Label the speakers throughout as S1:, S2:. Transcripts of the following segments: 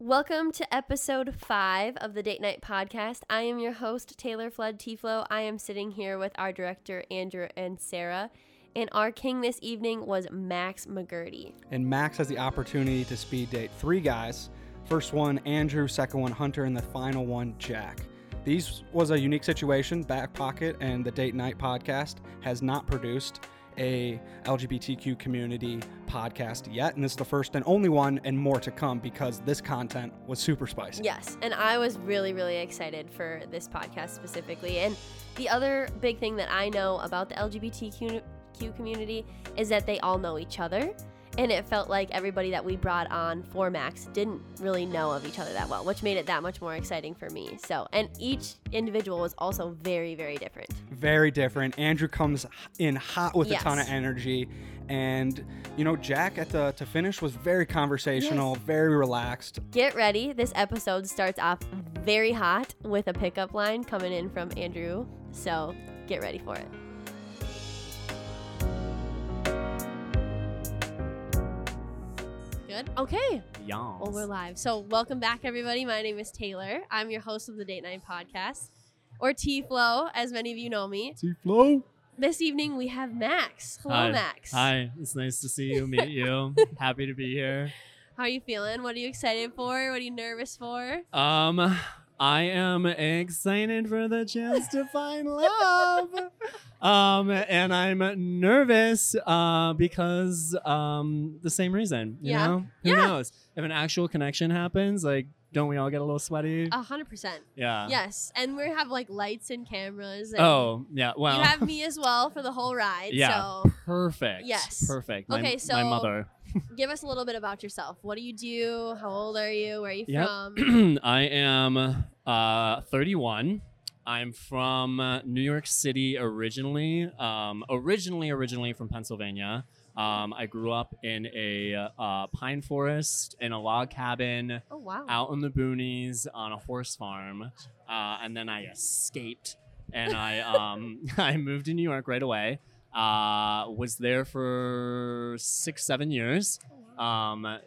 S1: Welcome to episode five of the Date Night Podcast. I am your host, Taylor Flood Tiflo. I am sitting here with our director, Andrew and Sarah. And our king this evening was Max McGurdy.
S2: And Max has the opportunity to speed date three guys. First one, Andrew, second one, Hunter, and the final one, Jack. These was a unique situation. Back Pocket and the Date Night podcast has not produced a LGBTQ community podcast yet, and this is the first and only one, and more to come because this content was super spicy.
S1: Yes, and I was really, really excited for this podcast specifically. And the other big thing that I know about the LGBTQ Q community is that they all know each other. And it felt like everybody that we brought on for Max didn't really know of each other that well, which made it that much more exciting for me. So, and each individual was also very, very different.
S2: Very different. Andrew comes h- in hot with
S1: Yes.
S2: a ton of energy, and you know Jack at the to finish was very conversational, very relaxed.
S1: Get ready. This episode starts off very hot with a pickup line coming in from Andrew. So get ready for it. Good. Okay.
S3: Yawns.
S1: Well, we're live. So welcome back, everybody. My name is Taylor. I'm your host of the Date Night Podcast, or T Flow, as many of you know me.
S3: flow.
S1: This evening we have Max. Hello,
S3: Hi.
S1: Max.
S3: Hi, it's nice to see you, meet you. Happy to be here.
S1: How are you feeling? What are you excited for? What are you nervous for?
S3: Um, I am excited for the chance to find love. Um, and I'm nervous uh, because um, the same reason, you
S1: Yeah.
S3: know? Who
S1: Yeah.
S3: knows? If an actual connection happens, like, don't we all get a little sweaty?
S1: A hundred percent.
S3: yeah.
S1: Yes, and we have like lights and cameras. And
S3: Oh, yeah. Well,
S1: you have me as well for the whole ride.
S3: Yeah.
S1: So
S3: perfect.
S1: Yes.
S3: Perfect. My,
S1: Okay,
S3: my
S1: so-
S3: mother.
S1: give us a little bit about yourself. What do you do? How old are you? Where are you
S3: Yep.
S1: from?
S3: I am uh, 31. I'm from uh, New York City originally. Um, originally, originally from Pennsylvania. Um, I grew up in a uh, pine forest in a log cabin
S1: Oh wow.
S3: out in the boonies on a horse farm, uh, and then I escaped and I um, I moved to New York right away. Uh, was there for six seven years. Um,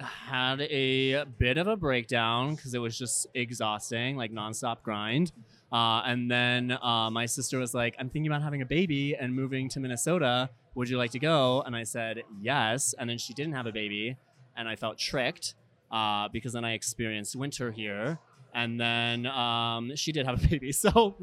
S3: had a bit of a breakdown because it was just exhausting, like nonstop grind. Uh, and then uh, my sister was like, "I'm thinking about having a baby and moving to Minnesota. Would you like to go?" And I said yes. And then she didn't have a baby, and I felt tricked uh, because then I experienced winter here, and then um, she did have a baby. So,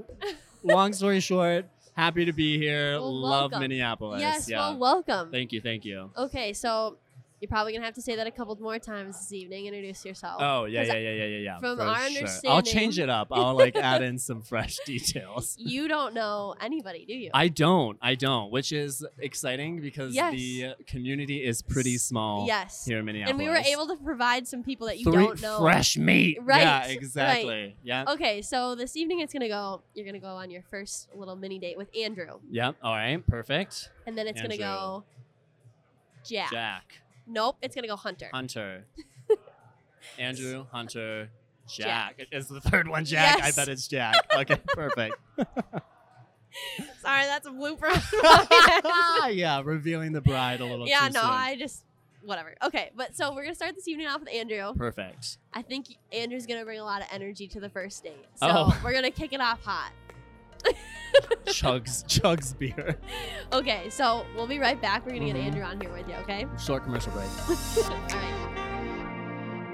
S3: long story short, happy to be here.
S1: Well,
S3: Love
S1: welcome.
S3: Minneapolis.
S1: yes.
S3: yeah.
S1: Well, welcome.
S3: thank you. Thank you.
S1: okay, so you're probably gonna have to say that a couple more times this evening. Introduce yourself.
S3: Oh yeah,
S1: 'Cause
S3: yeah, yeah, yeah, yeah, yeah.
S1: from
S3: for
S1: our
S3: sure. I'll
S1: understanding-
S3: change it up. I'll like add in some fresh details.
S1: You don't know anybody, do you?
S3: I don't, I don't, which is exciting because
S1: Yes.
S3: the community is pretty small
S1: yes.
S3: here in Minneapolis.
S1: and we were able to provide some people that you
S3: Three
S1: don't know.
S3: fresh meat.
S1: Right,
S3: Yeah,
S1: right.
S3: exactly. Yeah.
S1: Okay, so this evening it's gonna go. You're gonna go on your first little mini date with Andrew,
S3: Yep. All right. Perfect.
S1: and then it's gonna
S3: Andrew.
S1: go. Jack.
S3: Jack.
S1: Nope, it's gonna go Hunter.
S3: Hunter. Andrew, Hunter, Jack. Is the third one Jack?
S1: Yes.
S3: I bet it's Jack. Okay, perfect.
S1: Sorry, that's a blooper.
S3: Ah, yeah, revealing the bride a little
S1: yeah,
S3: too
S1: no,
S3: soon.
S1: I just whatever. Okay, but so we're gonna start this evening off with Andrew.
S3: Perfect.
S1: I think Andrew's gonna bring a lot of energy to the first date, so
S3: Oh.
S1: we're gonna kick it off hot.
S3: Chugs, chugs beer.
S1: Okay, so we'll be right back. We're gonna get
S3: Mhm.
S1: Andrew on here with you. Okay.
S3: Short commercial break.
S1: All right.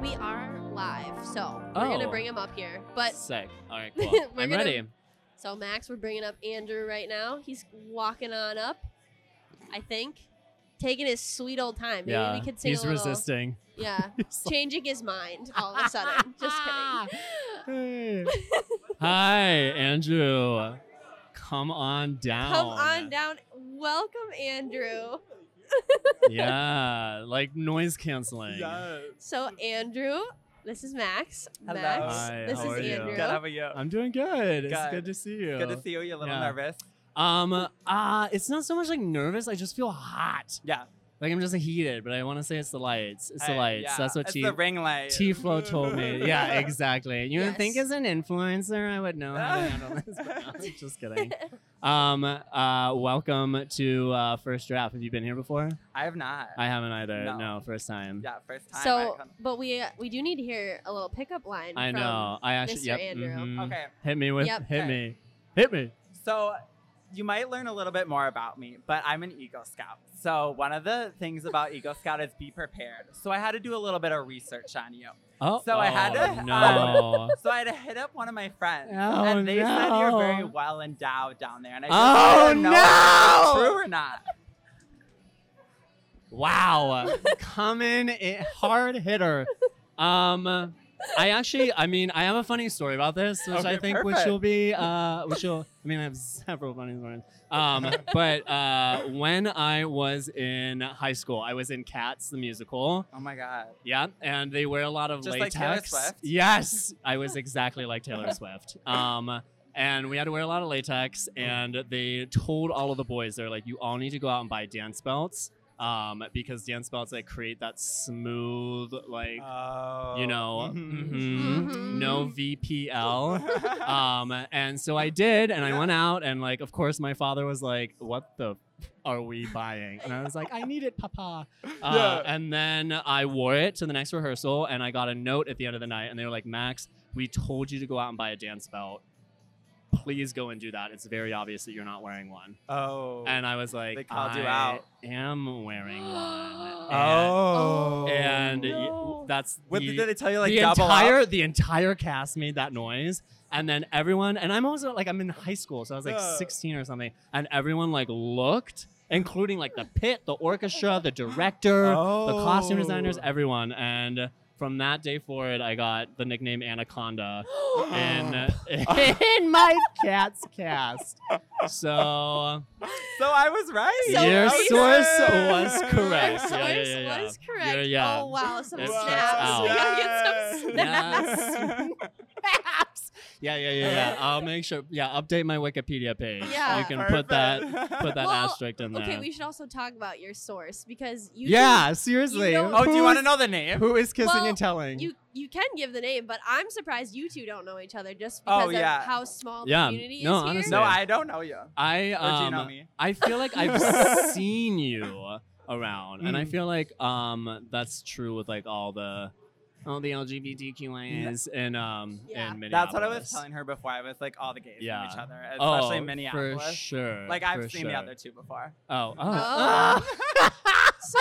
S1: We are live, so we're gonna
S3: Oh.
S1: bring him up here. But
S3: Sick. All right, cool.
S1: We're
S3: I'm
S1: gonna-
S3: ready.
S1: so Max, we're bringing up Andrew right now. He's walking on up, I think, taking his sweet old time. Maybe
S3: yeah,
S1: we could sing
S3: he's
S1: a little.
S3: resisting.
S1: Yeah,
S3: He's like,
S1: changing his mind all of a sudden. Just kidding.
S3: "Hey." Hi, Andrew. Come on down.
S1: Come on down. Welcome, Andrew.
S3: yeah, like noise canceling.
S1: So Andrew, this is Max.
S4: Hello.
S1: Max,
S3: Hi,
S1: this
S3: how
S1: is
S3: are you?
S1: Andrew.
S4: Good. How are
S2: Uh,
S4: you?
S3: I'm doing good. It's
S4: Good.
S3: good to see you.
S4: Good to see you. You're a little
S3: Yeah.
S4: nervous.
S3: Um, uh, it's not so much like nervous. I just feel hot.
S4: Yeah.
S3: Like I'm just heated, but I want to say it's the lights. It's the lights. That's what
S4: it's
S3: T
S4: the ring light.
S3: T Flow told me. Yeah, exactly. You would think
S1: Yes.
S3: as an influencer I would know how to handle this. But no, just kidding. Um, uh, welcome to uh, first draft. Have you been here before?
S4: I have not.
S3: I haven't either. No,
S4: No.
S3: first time.
S4: yeah, first time. I
S1: so,
S4: come-
S1: but we uh, we do need to hear a little pickup line.
S3: I
S1: from-
S3: know. I actually.
S1: Mr.
S3: Yep.
S1: Andrew.
S3: mhm.
S4: okay,
S3: Hit me with.
S1: Yep.
S3: Hit
S4: Okay.
S3: me. Hit me.
S4: so you might learn a little bit more about me, but I'm an Eagle Scout. So one of the things about Eagle Scout is be prepared. So I had to do a little bit of research on you.
S3: Oh.
S4: So I
S3: oh,
S4: had to- uh,
S3: No.
S4: So I had to hit up one of my friends,
S3: Oh,
S4: and they said
S3: no.
S4: you're very well endowed down there. And I just
S3: Oh,
S4: I don't know if
S3: no.
S4: it's true or not.
S3: Wow. Coming in hard hitter. Um I actually I mean I have a funny story about this, which I
S4: Okay,
S3: think which
S4: perfect.
S3: will be uh which will I mean I have several funny stories. Um but uh when I was in high school, I was in Cats the musical.
S4: Oh my god.
S3: Yeah, and they wear a lot of
S4: Just like
S3: latex.
S4: Taylor Swift?
S3: Yes, I was exactly like Taylor Swift. Um, and we had to wear a lot of latex, and they told all of the boys, they're like, you all need to go out and buy dance belts, um, because dance belts like create that smooth, like
S4: Oh. Mm-hmm.
S3: you know, mhm,
S1: Mhm.
S3: no VPL. um, and so I did, and I went out, and like, of course, my father was like, "What the f- are we buying?" And I was like, "I need it, Papa." Uh, And then I wore it to the next rehearsal, and I got a note at the end of the night, and they were like, "Max, we told you to go out and buy a dance belt. Please go and do that. It's very obvious that you're not wearing one."
S4: oh.
S3: And I was like,
S4: They called
S3: I
S4: you out.
S3: am wearing one." And-
S4: oh.
S3: And, y-
S1: No.
S3: that's
S4: What,
S3: the-
S4: did they tell you like
S3: the
S4: double
S3: entire
S4: up?
S3: the entire cast made that noise and then everyone and i'm also like i'm in high school so i was like
S4: Yeah.
S3: 16 or something and everyone like looked including like the pit the orchestra the director the costume designers e
S4: Oh.
S3: everyone and from that day forward i got the nickname anaconda in, in my cat's cast so
S4: So I was right.
S1: So
S3: your
S1: racist.
S3: source was
S1: Our
S3: correct
S1: source
S3: yeah, yeah, yeah, yeah.
S1: was correct.
S3: You're- yeah.
S1: Oh wow, some
S3: It
S1: snaps.
S3: checks
S1: We gotta get some
S3: Yes.
S1: snaps.
S3: Perhaps. Yeah, yeah, yeah, yeah. I'll make sure. Yeah, update my Wikipedia page.
S1: Yeah.
S3: you can put that put that
S1: Well,
S3: asterisk in there.
S1: Okay, we should also talk about your source because you
S3: yeah, seriously.
S1: you don't-
S4: Oh, do you want to
S3: Who's-
S4: know the name?
S3: who is kissing
S1: Well,
S3: and telling?
S1: can, you you can give the name, but I'm surprised you two don't know each other just because
S4: Oh, yeah.
S1: of how small the
S3: Yeah,
S1: community
S3: no,
S1: is here.
S3: honestly.
S4: No, I don't know you.
S3: I
S4: Or do you
S3: um,
S4: know me?
S3: I feel like I've seen you around, and I
S4: Mm.
S3: feel like um that's true with like all the all the LGBTQIAs and um
S1: Yeah.
S3: in
S4: That's what I was
S3: Minneapolis.
S4: telling her before. I was like, all the gays
S3: Yeah.
S4: know each other,
S3: Oh,
S4: especially in Minneapolis.
S3: for sure.
S4: Like I've
S3: for
S4: seen
S3: sure.
S4: the other two before.
S3: Oh, oh.
S1: Oh. so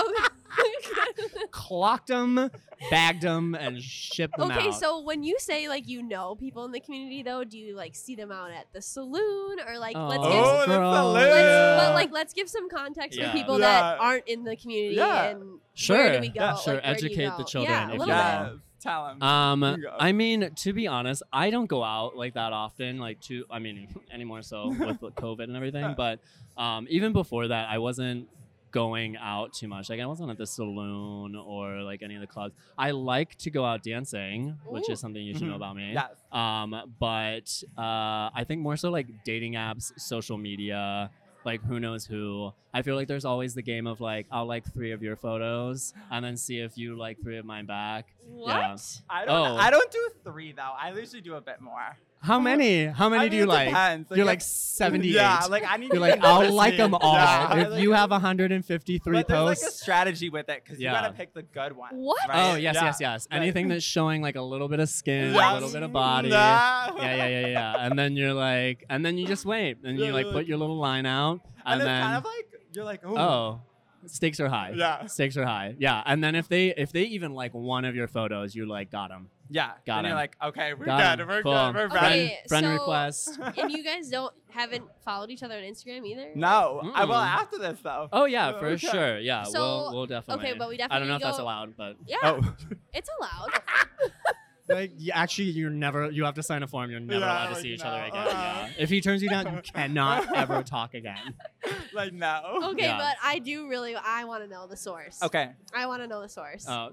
S3: ah, clocked them, bagged them, and shipped them
S1: okay,
S3: out.
S1: so when you say like you know people in the community though, do you like see them out at the saloon or like let's
S4: Oh,
S1: give
S4: Oh, that's
S3: girl.
S4: hilarious.
S1: let's,
S4: Yeah.
S1: but like let's give some context
S3: Yeah.
S1: for people that
S4: Yeah.
S1: aren't in the community
S4: Yeah.
S1: and
S3: Sure.
S1: where do we go?
S3: Yeah, sure.
S1: Like, where do you
S3: Educate
S1: go?
S3: the children
S1: Yeah,
S3: if
S1: a
S3: you
S1: little
S3: will.
S1: bit.
S4: Yes. Tell them.
S3: Um,
S4: Yeah.
S3: I mean, to be honest, I don't go out like that often. Like, to I mean, anymore so with COVID and everything. But um, even before that, I wasn't going out too much. Like, I wasn't at the saloon or like any of the clubs. I like to go out dancing, which
S1: Ooh.
S3: is something you should know
S4: Mhm.
S3: about me.
S4: yes.
S3: Um, but uh, I think more so like dating apps, social media, like who knows who. I feel like there's always the game of like I'll like three of your photos and then see if you like three of mine back.
S1: What?
S3: Yeah.
S4: I don't.
S3: Oh.
S4: I don't do three though. I usually do a bit more.
S3: How many? How many
S4: I
S3: do
S4: mean,
S3: you
S4: it
S3: like?
S4: depends.
S3: You're like
S4: if-
S3: 78.
S4: Yeah, like I need.
S3: You're
S4: to
S3: like
S4: be
S3: I'll like
S4: listening.
S3: them all.
S4: Yeah,
S3: if
S4: like-
S3: you have 153
S4: but there's like a
S3: posts.
S4: strategy with it because
S3: Yeah.
S4: you gotta pick the good one.
S1: What?
S4: Right?
S3: Oh yes,
S4: Yeah.
S3: yes, yes. Anything that's showing like a little bit of skin, a
S4: Yes.
S3: little bit of body.
S4: Nah.
S3: Yeah, yeah, yeah, yeah. And then you're like, and then you just wait, and you
S4: Yeah,
S3: like
S4: like-
S3: put your little line out, and,
S4: And, it's
S3: then
S4: kind of like you're like, oh,
S3: Oh, stakes are high.
S4: Yeah.
S3: stakes are high. Yeah, and then if they if they even like one of your photos, you like got them.
S4: yeah.
S3: Got
S4: and you're
S3: him.
S4: like, okay, we're
S3: Got
S4: good,
S3: him.
S4: we're
S3: Cool.
S4: good, we're
S1: Okay,
S4: ready.
S3: Friend, friend
S1: so-
S3: request.
S1: and you guys don't haven't followed each other on Instagram either.
S4: No, I will
S3: Mm-mm.
S4: after this though.
S3: Oh yeah,
S4: Oh,
S3: for
S4: okay.
S3: sure. Yeah,
S1: So,
S3: we'll we'll definitely.
S1: but we
S3: I don't know if
S1: definitely
S3: that's
S1: go-
S3: allowed, but
S1: Yeah,
S4: Oh.
S1: it's allowed.
S3: like you, actually, you're never. You have to sign a form. You're never
S4: Yeah,
S3: allowed to
S4: like,
S3: see each
S4: no,
S3: other again.
S4: uh.
S3: yeah. If he turns you down, you cannot ever talk again.
S4: like no.
S1: Okay,
S3: Oh, Yeah.
S1: but I do really I want to know the source.
S4: Okay.
S1: I want to know the source.
S3: Uh,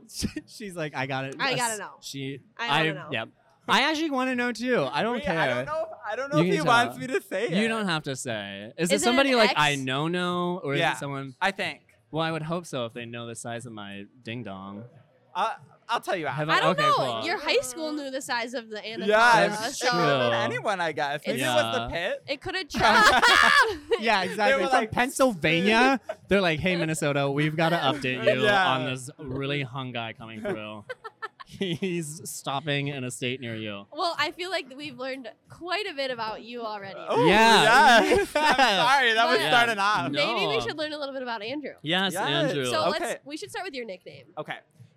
S3: she's like, I got it.
S1: I gotta know.
S3: She.
S1: I wanna know.
S3: Yep. I actually want to know too. I don't
S4: Wait,
S3: care.
S4: I don't know. If, I don't know
S3: You
S4: if
S3: can
S4: he
S3: tell.
S4: wants me to say it.
S3: You don't have to say.
S1: Is
S3: Is,
S1: it
S3: it
S1: an
S3: somebody like
S1: ex?
S3: I know no, or
S4: Yeah.
S3: is it someone?
S4: I think.
S3: Well, I would hope so if they know the size of my ding dong.
S4: Uh, I'll tell you
S3: Have oh,
S4: after.
S1: I don't
S3: okay,
S1: know.
S3: cool.
S1: Your high school knew the size of the anaconda,
S4: Yeah,
S3: that's
S1: so
S4: it could have
S3: true.
S4: been anyone, I guess. Maybe it was the pit.
S1: it could have tried.
S3: Yeah,
S4: They
S3: exactly.
S4: were
S3: From
S4: like-
S3: Pennsylvania, they're like, "Hey, Minnesota, we've got to update you
S4: Yeah.
S3: on this really hung guy coming through. He's stopping in a state near you."
S1: well, I feel like we've learned quite a bit about you already.
S4: Oh,
S3: Yeah.
S4: yes. I'm sorry, that was
S1: Yeah.
S4: starting off.
S3: No.
S1: Maybe we should learn a little bit about Andrew.
S3: Yes,
S4: Yes.
S3: Andrew.
S1: So
S4: Okay.
S1: let's. We should start with your nickname.
S4: Okay.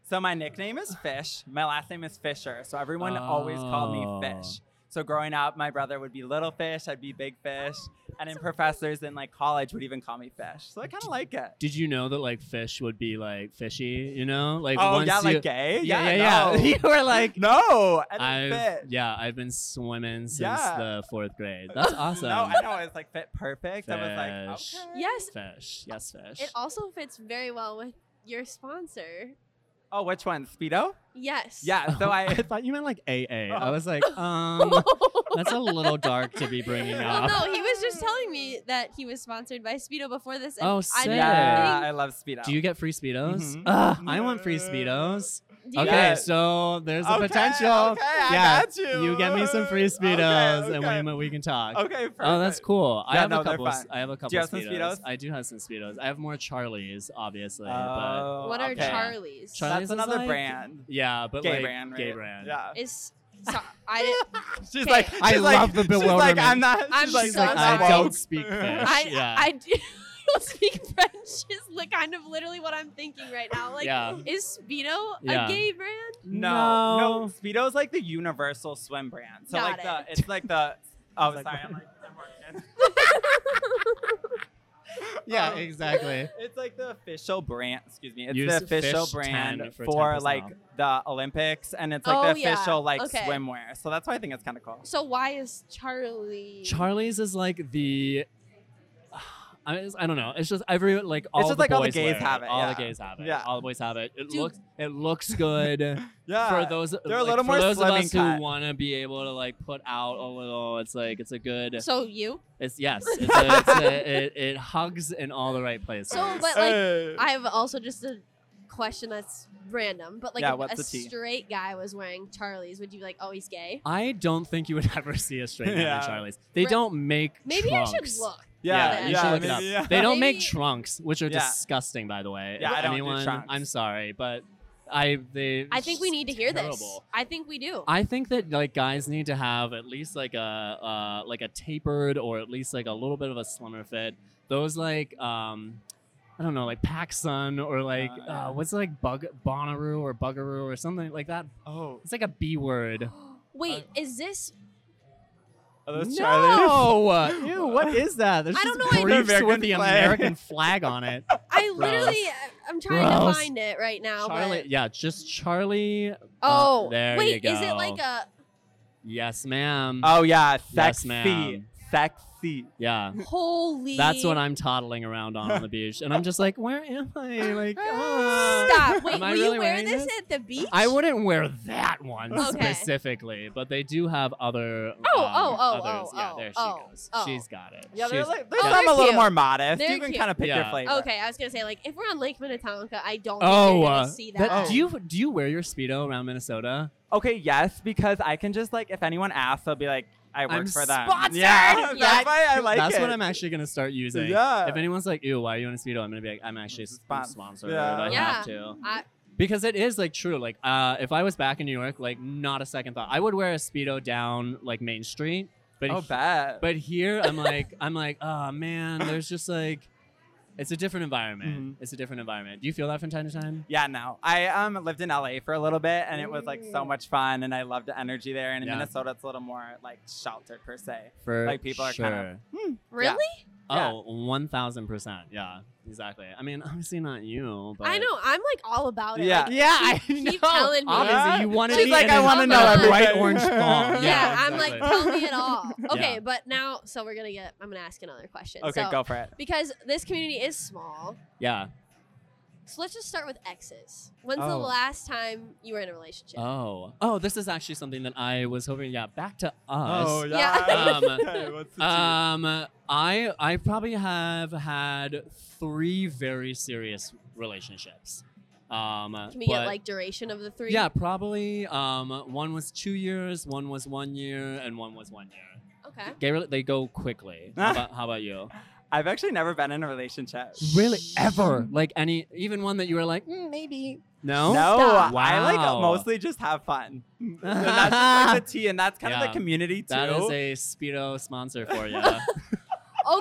S4: So my nickname is Fish. My last name is Fisher. So everyone always called me
S3: Oh.
S4: Fish. So growing up, my brother would be Little Fish. I'd be Big Fish. And then professors in like college would even call me Fish. So I kind of like it.
S3: Did you know that like fish would be like fishy? You know, like
S4: oh
S3: once
S4: yeah,
S3: you,
S4: like gay.
S3: yeah,
S4: Yeah,
S3: yeah.
S4: No.
S3: you were like,
S4: no, and then
S3: I've,
S4: fit.
S3: yeah, I've been swimming since
S4: Yeah.
S3: the fourth grade. That's awesome.
S4: No, I know it's like fit perfect. I was
S3: um, Fish.
S4: like, okay.
S1: Yes,
S3: Fish, yes, fish.
S1: it also fits very well with your sponsor.
S4: Oh, which one? Speedo?
S1: Yes.
S4: Yeah. So I.
S3: thought you meant like AA.
S4: Oh.
S3: I was like, um,
S1: well,
S3: that's a little dark to be bringing up.
S1: no, he was just telling me that he was sponsored by Speedo before this. and
S3: Oh,
S1: I
S3: sick.
S1: didn't
S4: yeah,
S1: think-
S4: I love Speedo.
S3: Do you get free speedos?
S4: Mhm.
S3: Ugh, I want free speedos.
S1: Do you guys-
S3: Okay,
S4: Yeah.
S3: so there's a
S4: Okay,
S3: potential.
S4: okay, I
S3: yeah,
S4: got you.
S3: get me some free
S4: Okay,
S3: speedos,
S4: okay.
S3: and we, we can talk.
S4: Okay. Perfect.
S3: Oh, that's cool. I
S4: Yeah,
S3: have
S4: no,
S3: a
S4: they're
S3: couple. s-
S4: fine.
S3: I have a couple.
S4: you have some Speedos?
S3: I do have some speedos. I have more Charlies, obviously. but
S4: Oh,
S1: What are
S4: okay.
S1: Charlie's?
S3: Char-
S4: That's
S3: Is this
S4: another
S3: like-
S4: brand.
S3: yeah, but
S4: gay
S3: like
S4: brand, right?
S3: gay brand.
S4: Yeah.
S1: is so, I didn't.
S4: She's
S1: Okay.
S4: like,
S3: I
S4: she's like-
S3: love the
S4: She's
S3: bewilderment.
S4: like, I'm not. She's
S1: I'm
S4: like,
S1: so
S4: I'm
S1: sorry.
S4: not
S1: I
S3: don't
S4: woke.
S3: speak fish.
S1: I,
S3: yeah.
S1: I do not speak French. Is like kind of literally what I'm thinking right now. Like,
S3: yeah.
S1: is Speedo
S3: Yeah.
S1: a gay brand?
S4: No, no, Speedo's like the universal swim brand. So
S1: Got
S4: like the, it's like the. Oh, sorry, I'm like. I'm working.
S3: Yeah,
S4: Um,
S3: exactly.
S4: It's like the official brand. Excuse me. It's
S3: Use
S4: the official
S3: fish 10
S4: brand
S3: for
S4: for,
S3: 10%
S4: like the Olympics, and it's like
S1: Oh,
S4: the
S1: yeah.
S4: official like
S1: Okay.
S4: swimwear. So that's why I think it's kind of cool.
S1: So why is Charlie?
S3: Charlie's is like the. I, just- I don't know. It's just every like all
S4: just
S3: the
S4: like all the
S3: boys
S4: gays
S3: wear
S4: have it,
S3: All
S4: yeah.
S3: the gays have it.
S4: Yeah.
S3: All the boys have it. It
S1: Dude.
S3: looks it looks good
S4: Yeah.
S3: for those. They're
S4: a little more
S3: for those of
S4: slim and
S3: us
S4: cut.
S3: who want to be able to like put out a little. It's like it's a good.
S1: So you?
S3: It's yes. It's a, it's a, it, it hugs in all the right places.
S1: So, but like, I have also just a question that's random, but like,
S4: Yeah,
S1: if
S4: what's
S1: a
S4: the tea?
S1: straight guy was wearing Charlie's, would you be like, oh, he's gay?
S3: I don't think you would ever see a straight man in
S4: Yeah.
S3: Charlie's. They
S1: Right.
S3: don't make
S1: Maybe I
S3: trunks.
S1: should look.
S3: Yeah,
S4: yeah,
S1: Yeah,
S3: you
S4: yeah,
S3: should look it up.
S4: maybe, yeah.
S3: They don't make
S1: Maybe-
S3: trunks, which are
S4: Yeah.
S3: disgusting, by the way.
S4: Yeah,
S3: If
S4: I don't do
S3: anyone,
S4: trunks.
S3: I'm sorry, but I they.
S1: I think we need to hear this.
S3: terrible.
S1: I think we do.
S3: I think that like guys need to have at least like a uh, like a tapered or at least like a little bit of a slimmer fit. Those like um, I don't know, like Pacsun or like
S4: Uh,
S3: uh, what's like bug Bonnaroo or Bugaroo or something like that.
S4: Oh,
S3: It's like a B word.
S1: Wait, is this?
S4: are those Charlie's?
S3: no, ew, what is that? There's
S1: I
S3: just
S1: don't know, I-
S3: briefs
S4: American
S3: with the
S4: flag.
S3: American flag on it.
S1: I literally, uh, I'm trying to
S3: Gross.
S1: find it right now.
S3: Charlie, yeah, just Charlie.
S1: But, oh,
S3: uh, there you
S1: wait, is it
S3: go.
S1: like a?
S3: Yes, ma'am.
S4: Oh yeah,
S3: Yes,
S4: sexy,
S3: ma'am.
S4: sexy.
S3: yeah,
S1: Holy.
S3: that's what I'm toddling around on on the beach, and I'm just like, where am I? Like, ah.
S1: Stop. Wait,
S3: Am I
S1: will
S3: really
S1: you wear
S3: wearing
S1: this,
S3: this?
S1: at the beach?
S3: I wouldn't wear that one
S1: Okay.
S3: specifically, but they do have
S1: Oh,
S3: other. um,
S1: oh, oh,
S3: others.
S1: oh,
S3: yeah,
S1: oh,
S3: there she
S1: oh,
S3: goes.
S1: oh.
S3: She's got it.
S4: Yeah, they're
S3: She's,
S4: like there's
S1: Oh,
S4: some
S1: they're
S4: a little
S1: cute.
S4: more modest.
S1: They're
S4: you can
S1: cute.
S4: kind of pick
S3: Yeah.
S4: your flavor.
S1: Okay, I was gonna say like if we're on Lake Minnetonka, I don't.
S3: Oh,
S1: think you're
S3: uh,
S1: gonna see that.
S3: but
S4: Oh.
S3: do you do you wear your speedo around Minnesota?
S4: Okay, yes, because I can just like if anyone asks, I'll be like, I work
S3: I'm
S4: for them.
S3: sponsored!
S4: Yeah,
S1: Yeah.
S4: that's why I like
S3: That's
S4: it.
S3: what I'm actually gonna start using.
S4: Yeah.
S3: If anyone's like, "Ew, why are you in a speedo?" I'm gonna be like, "I'm actually s- I'm
S4: Spons-
S3: sponsored.
S4: Yeah.
S3: I
S1: Yeah.
S3: have to."
S1: I-
S3: because it is like true. Like, uh, if I was back in New York, like, not a second thought. I would wear a speedo down like Main Street, but
S4: Oh,
S3: he-
S4: bad.
S3: but here I'm like, I'm like, oh man, there's just like, it's a different environment.
S4: Mm-hmm.
S3: It's a different environment. Do you feel that from time to time?
S4: Yeah, no. I um lived in LA for a little bit and it was like so
S1: Ooh.
S4: much fun and I loved the energy there. And in
S3: Yeah.
S4: Minnesota it's a little more like sheltered per se.
S3: For
S4: Like, people are kinda-
S1: Really?
S4: Yeah.
S3: Oh, one thousand percent. Yeah, exactly. I mean, obviously not you, but
S1: I know. I'm like all about it.
S4: Yeah.
S1: Like,
S3: Yeah, I
S1: keep
S3: know.
S1: telling me.
S3: Obviously, you want to
S1: She's
S3: be
S1: like,
S3: in
S1: "I
S3: a
S1: wanna know
S3: bright
S4: everything."
S3: orange thong.
S1: yeah,
S4: Yeah,
S1: I'm like,
S3: exactly.
S1: tell me it all. Okay,
S3: Yeah.
S1: but now, so we're gonna get. I'm gonna ask another question.
S4: Okay,
S1: so,
S4: go for it.
S1: Because this community is small,
S3: yeah.
S1: So let's just start with exes. When's the
S2: Oh.
S1: last time you were in a relationship?
S3: Oh, oh, this is actually something that I was hoping. Yeah, back to us.
S1: Yeah.
S3: Um,
S2: okay, what's the
S4: Uh,
S2: tea?
S3: um, I I probably have had three very serious relationships. Um,
S1: Can we
S3: but-
S1: get like duration of the three?
S3: Yeah, probably. Um, one was two years, one was one year, and one was one year.
S1: Okay.
S3: Gay rela- they go quickly. How about, how about you?
S4: I've actually never been in a relationship.
S3: Really? Ever? Like any, even one that you were like, "Mm, maybe. No?
S4: No,
S1: Stop.
S4: I like
S3: Wow.
S4: mostly just have fun. And that's just like the tea, and that's kind of
S3: Yeah.
S4: the community too.
S3: That is a Speedo sponsor for you.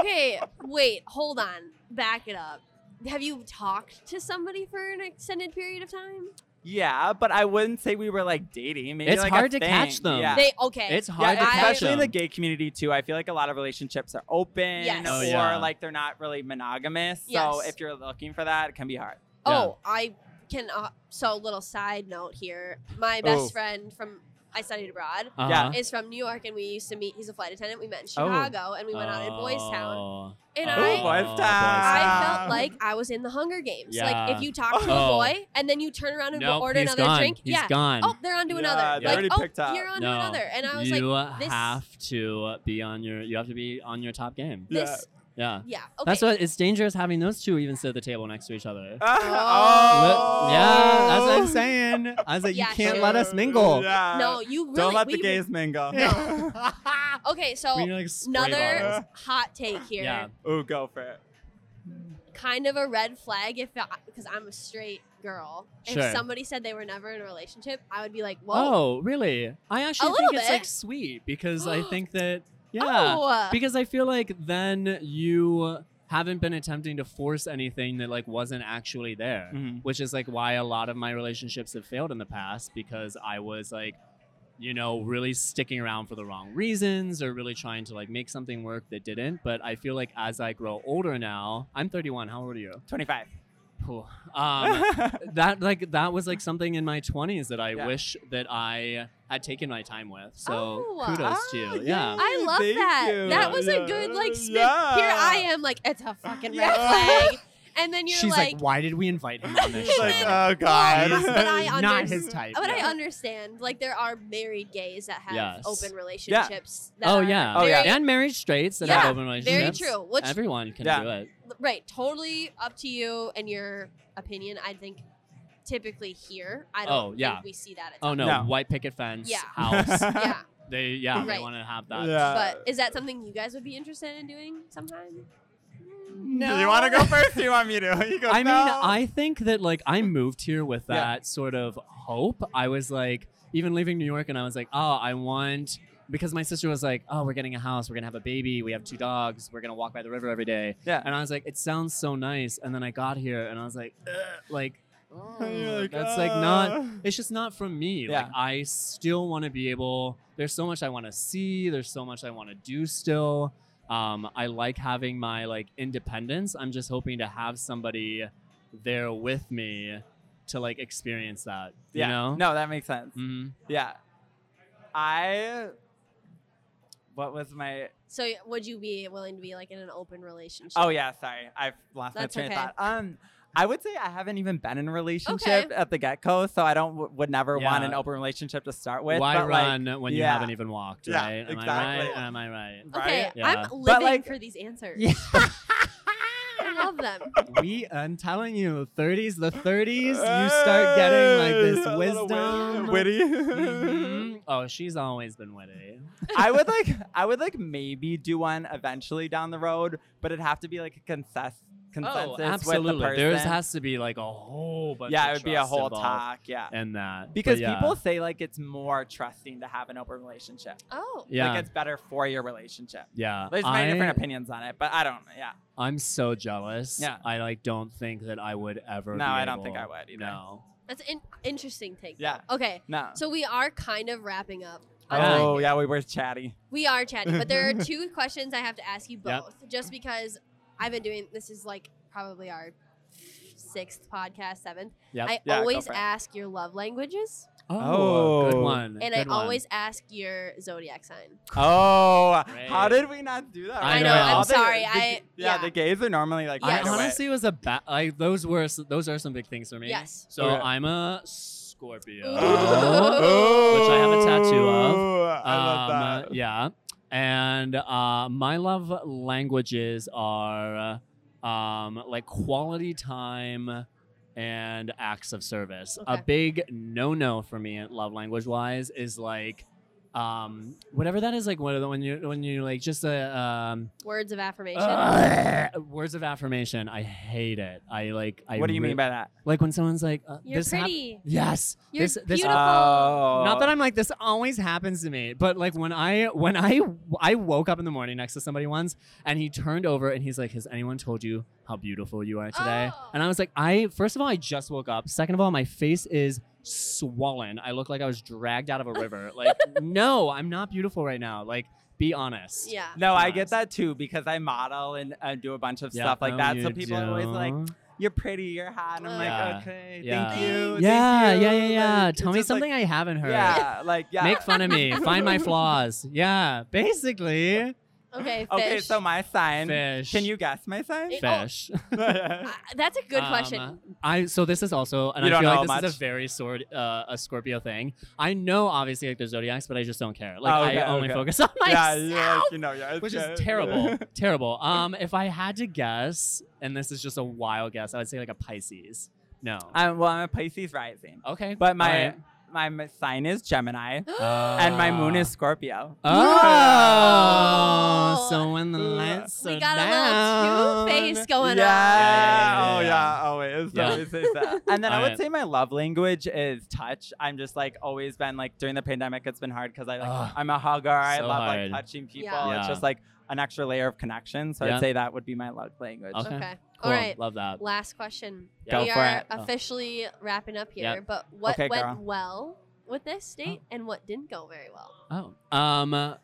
S1: Okay. Wait. Hold on. Back it up. Have you talked to somebody for an extended period of time?
S4: yeah, but I wouldn't say we were like dating. Maybe
S3: It's
S4: like a
S3: hard to
S4: thing.
S3: catch them.
S4: Yeah.
S1: They okay.
S3: it's
S4: Yeah,
S3: hard
S1: I-
S3: to catch
S4: especially in the
S3: them.
S4: gay community too. I feel like a lot of relationships are open
S1: Yes. Oh,
S4: or
S3: yeah.
S4: like they're not really monogamous. So
S1: Yes.
S4: if you're looking for that, it can be hard.
S1: Oh, I can. Uh, so, little side note here. My best
S4: Oh.
S1: friend from I studied abroad
S3: Uh-huh.
S4: yeah.
S1: is from New York, and we used to meet. He's a flight attendant. We met in
S4: Oh.
S1: Chicago, and we went out in Boys Town. And
S3: Oh,
S1: I,
S4: Boys
S3: Boys
S1: I
S4: Town.
S1: felt like I was in the Hunger Games. Like
S3: Yeah.
S1: if you talk to a
S3: Oh.
S1: boy and then you turn around and
S3: Nope,
S1: go order
S3: he's
S1: another
S3: gone.
S1: drink,
S3: He's
S1: yeah.
S3: gone.
S1: Oh, they're on to
S4: Yeah,
S1: another.
S4: they
S1: Like,
S4: already
S1: oh,
S4: picked up.
S1: you're on
S3: No,
S1: to another. And I was
S3: you
S1: like, this-
S3: have to be on your. You have to be on your top game.
S4: Yeah.
S1: this,
S3: Yeah,
S1: yeah. Okay.
S3: that's why it's dangerous having those two even sit at the table next to each other.
S1: Oh.
S3: Li- Yeah, that's what I'm saying. I was like,
S1: Yeah,
S3: you can't
S1: sure.
S3: let us mingle.
S4: Yeah.
S1: no, you really
S4: Uh, Don't let the
S1: we-
S4: gays mingle.
S1: No. Okay, so
S3: We need, like, spray bottles.
S1: another hot take here.
S3: Yeah.
S4: Ooh, go for it.
S1: kind of a red flag if because I'm a straight girl.
S3: Sure.
S1: If somebody said they were never in a relationship, I would be like, "Whoa,
S3: Oh, really? I actually
S1: little
S3: think it's like
S1: bit.
S3: sweet because I think that yeah,
S1: Oh.
S3: because I feel like then you haven't been attempting to force anything that like wasn't actually there,
S4: Mhm.
S3: which is like why a lot of my relationships have failed in the past because I was like you know really sticking around for the wrong reasons or really trying to like make something work that didn't but i feel like as i grow older now i'm 31 how old are you
S4: 25.
S3: Cool. um, that like that was like something in my 20s that I
S4: Yeah.
S3: wish that I had taken my time with. So
S1: Oh,
S3: kudos
S4: ah,
S3: to you. Yeah.
S4: yeah.
S1: I love
S4: Thank
S1: that.
S4: you.
S1: That was a
S4: Yeah.
S1: good like spin.
S4: Yeah.
S1: Here I am, like it's a fucking
S4: Yeah.
S1: red flag." And then you're
S3: She's like,
S1: like,
S3: why did we invite him on this
S1: She's
S3: show?
S1: like,
S4: oh
S1: Yes, but I
S3: He's
S1: understand-
S3: not his type.
S1: but I
S3: yeah.
S1: understand. Like there are married gays that have
S3: Yes.
S1: open relationships. That
S3: Oh
S1: are
S3: yeah.
S4: Oh, yeah.
S1: very-
S3: And married straights that
S1: Yeah,
S3: have open
S1: Very
S3: relationships.
S1: true. Which
S3: Everyone can
S4: Yeah.
S3: do it.
S1: right, totally up to you and your opinion. I think typically here, I don't
S3: Oh, yeah.
S1: think we see that. At
S3: Oh no,
S4: No.
S3: white picket fence,
S1: Yeah.
S3: house.
S1: times. yeah.
S3: they yeah,
S1: Right.
S3: they want to have that.
S4: Yeah.
S1: But is that something you guys would be interested in doing sometime?
S4: Do you want to go first? Or you want me to? You go.
S3: I mean,
S4: no.
S3: I think that like I moved here with
S4: Yeah.
S3: that sort of hope. I was like, even leaving New York, and I was like, oh, I want because my sister was like, oh, we're getting a house, we're gonna have a baby, we have two dogs, we're gonna walk by the river every day,
S4: Yeah.
S3: and I was like, it sounds so nice. And then I got here, and I was like, Ugh, like.
S1: Oh
S4: You're like,
S3: that's like
S4: "Uh."
S3: not it's just not from me
S4: Yeah.
S3: like i still want to be able there's so much i want to see there's so much i want to do still um, i like having my like independence i'm just hoping to have somebody there with me to like experience that you
S4: Yeah.
S3: know
S4: No, that makes sense.
S3: Mhm.
S4: Yeah. I. What was my?
S1: So would you be willing to be like in an open relationship?
S4: Oh yeah, sorry, I've lost
S1: That's
S4: my train
S1: okay.
S4: of thought. Um, I would say I haven't even been in a relationship at the get go, so I don't w- would never want
S3: Yeah.
S4: an open relationship to start with.
S3: why
S4: but, like,
S3: run when you
S4: yeah.
S3: haven't even walked
S4: Yeah,
S3: right am i
S4: exactly.
S3: right am i right
S1: Okay,
S4: right?
S3: Yeah.
S1: I'm
S3: But,
S1: living
S4: like-
S1: for these answers.
S3: Yeah.
S1: I love them.
S3: we i'm telling you 30s the 30s you start getting like this
S4: Hey, a little
S3: wisdom
S4: witty.
S3: Mhm. oh she's always been witty
S4: I would like I would like maybe do one eventually down the road, but it'd have to be like a consens- consensus
S3: oh, absolutely.
S4: with the person.
S3: There has to be like a whole bunch.
S4: yeah,
S3: of
S4: it would be a
S3: trust
S4: whole
S3: involved
S4: talk, yeah.
S3: in that But
S4: Because
S3: yeah.
S4: people say like it's more trusting to have an open relationship.
S1: Oh.
S3: yeah,
S4: Like it's better for your relationship.
S3: yeah.
S4: There's
S3: I,
S4: many different opinions on it, but I don't yeah.
S3: I'm so jealous.
S4: Yeah.
S3: I like don't think that I would ever.
S4: No,
S3: be
S4: I don't think
S3: able-
S4: I would either.
S3: No.
S1: That's an interesting take. though.
S4: Yeah.
S1: Okay.
S4: No.
S1: So we are kind of wrapping up. I
S3: Yeah.
S1: like
S4: Oh
S1: it.
S4: yeah, we were chatty.
S1: We are chatting, but there are two questions I have to ask you
S3: Yep.
S1: both, just because I've been doing this is like probably our sixth podcast, seventh.
S3: Yep.
S1: I
S4: Yeah, go
S1: always
S4: for it.
S1: ask your love languages.
S3: Oh, good
S2: Oh.
S3: one.
S1: And I
S3: good one.
S1: always ask your zodiac sign.
S4: Oh, how
S3: Great.
S4: did we not do that?
S3: I
S4: right
S3: know,
S4: away?
S3: I'm
S4: All the-
S1: sorry,
S4: the-
S1: I-
S4: yeah,
S1: yeah.
S4: the gays are normally like.
S3: I
S1: Yes.
S4: right away.
S3: honestly was a bad. Like those were s- those are some big things for me.
S1: Yes.
S3: So
S2: Okay.
S3: I'm a Scorpio.
S1: Ooh.
S4: Oh.
S3: Which I have a tattoo of.
S4: I
S3: Um,
S4: love that.
S3: Yeah. And uh, my love languages are um, like quality time and acts of service. A
S1: Okay.
S3: big no no for me, love language wise, is like um, whatever that is, like when when you when you like just a. Um,
S1: Words of affirmation.
S3: Ugh, words of affirmation. I hate it. I like. I
S4: what do you
S3: re-
S4: mean by that?
S3: like when someone's like, uh,
S1: You're
S3: "This hap-
S1: pretty.
S3: yes,
S1: You're
S3: this this
S1: Beautiful.
S4: Oh.
S3: not that I'm like this always happens to me, but like when I when I I woke up in the morning next to somebody once and he turned over and he's like, "Has anyone told you how beautiful you are today?"
S1: Oh.
S3: And I was like, "I first of all, I just woke up. Second of all, my face is swollen. I look like I was dragged out of a river. Like, no, I'm not beautiful right now. Like, be honest.
S1: yeah.
S4: No, I
S3: Nice.
S4: get that too because I model and uh, do a bunch of
S3: Yeah,
S4: stuff like
S3: no,
S4: that. So
S3: you
S4: people are always like,
S3: don't.
S4: "You're pretty, you're hot," and I'm
S3: Yeah.
S4: like, "Okay,
S3: Yeah.
S4: thank you." thank
S3: yeah,
S4: you."
S3: yeah, yeah, yeah.
S4: Like,
S3: Tell
S4: it's
S3: me
S4: just like-
S3: something I haven't heard.
S4: yeah, like yeah.
S3: Make fun of me. Find my flaws. Yeah, basically.
S1: Okay, fish.
S4: okay, so my sign.
S3: Fish.
S4: Can you guess my sign?
S1: It-
S3: Fish.
S1: Uh, that's a Oh, good
S3: Um,
S1: question.
S3: I so this is also, and
S4: You
S3: I
S4: don't
S3: feel like
S4: know
S3: this is a
S4: much.
S3: very sword, uh, a Scorpio thing. I know obviously like the zodiacs, but I just don't care. Like
S4: Oh, okay,
S3: I only
S4: okay.
S3: focus on
S4: yeah,
S3: myself,
S4: you're like, you know, yeah, it's
S3: which
S4: good.
S3: is terrible, terrible. Um, if I had to guess, and this is just a wild guess, I would say like a Pisces. No.
S4: I'm, well, I'm a Pisces rising,
S3: okay.
S4: but my
S3: all right.
S4: my m- sign is Gemini,
S1: Oh.
S3: Uh,
S4: and my moon is Scorpio.
S3: Oh,
S1: No.
S3: so when the
S4: Ugh.
S3: lights
S1: we
S3: are
S1: got a
S3: down,
S1: little two face going on.
S4: yeah.
S3: Yeah, yeah, yeah, yeah,
S4: Oh yeah, always,
S3: Yeah.
S4: always is that. And then I would
S3: Alright.
S4: say my love language is touch. I'm just like always been like during the pandemic, it's been hard because I like
S3: Ugh.
S4: I'm a hugger. I
S3: So
S4: love
S3: hard.
S4: like touching people.
S1: Yeah.
S4: It's
S3: Yeah.
S4: just like an extra layer of connection. So
S3: Yeah.
S4: I'd say that would be my love language.
S3: Okay.
S1: Okay.
S3: Cool.
S1: All right.
S3: Love that.
S1: Last question.
S3: Yeah.
S1: we
S4: Go for
S1: are
S4: it.
S3: Oh.
S1: officially wrapping up here,
S3: Yeah.
S1: but what
S4: Okay,
S1: went
S4: girl. Oh.
S1: well with this date and what didn't go very well?
S3: Oh. Um. uh,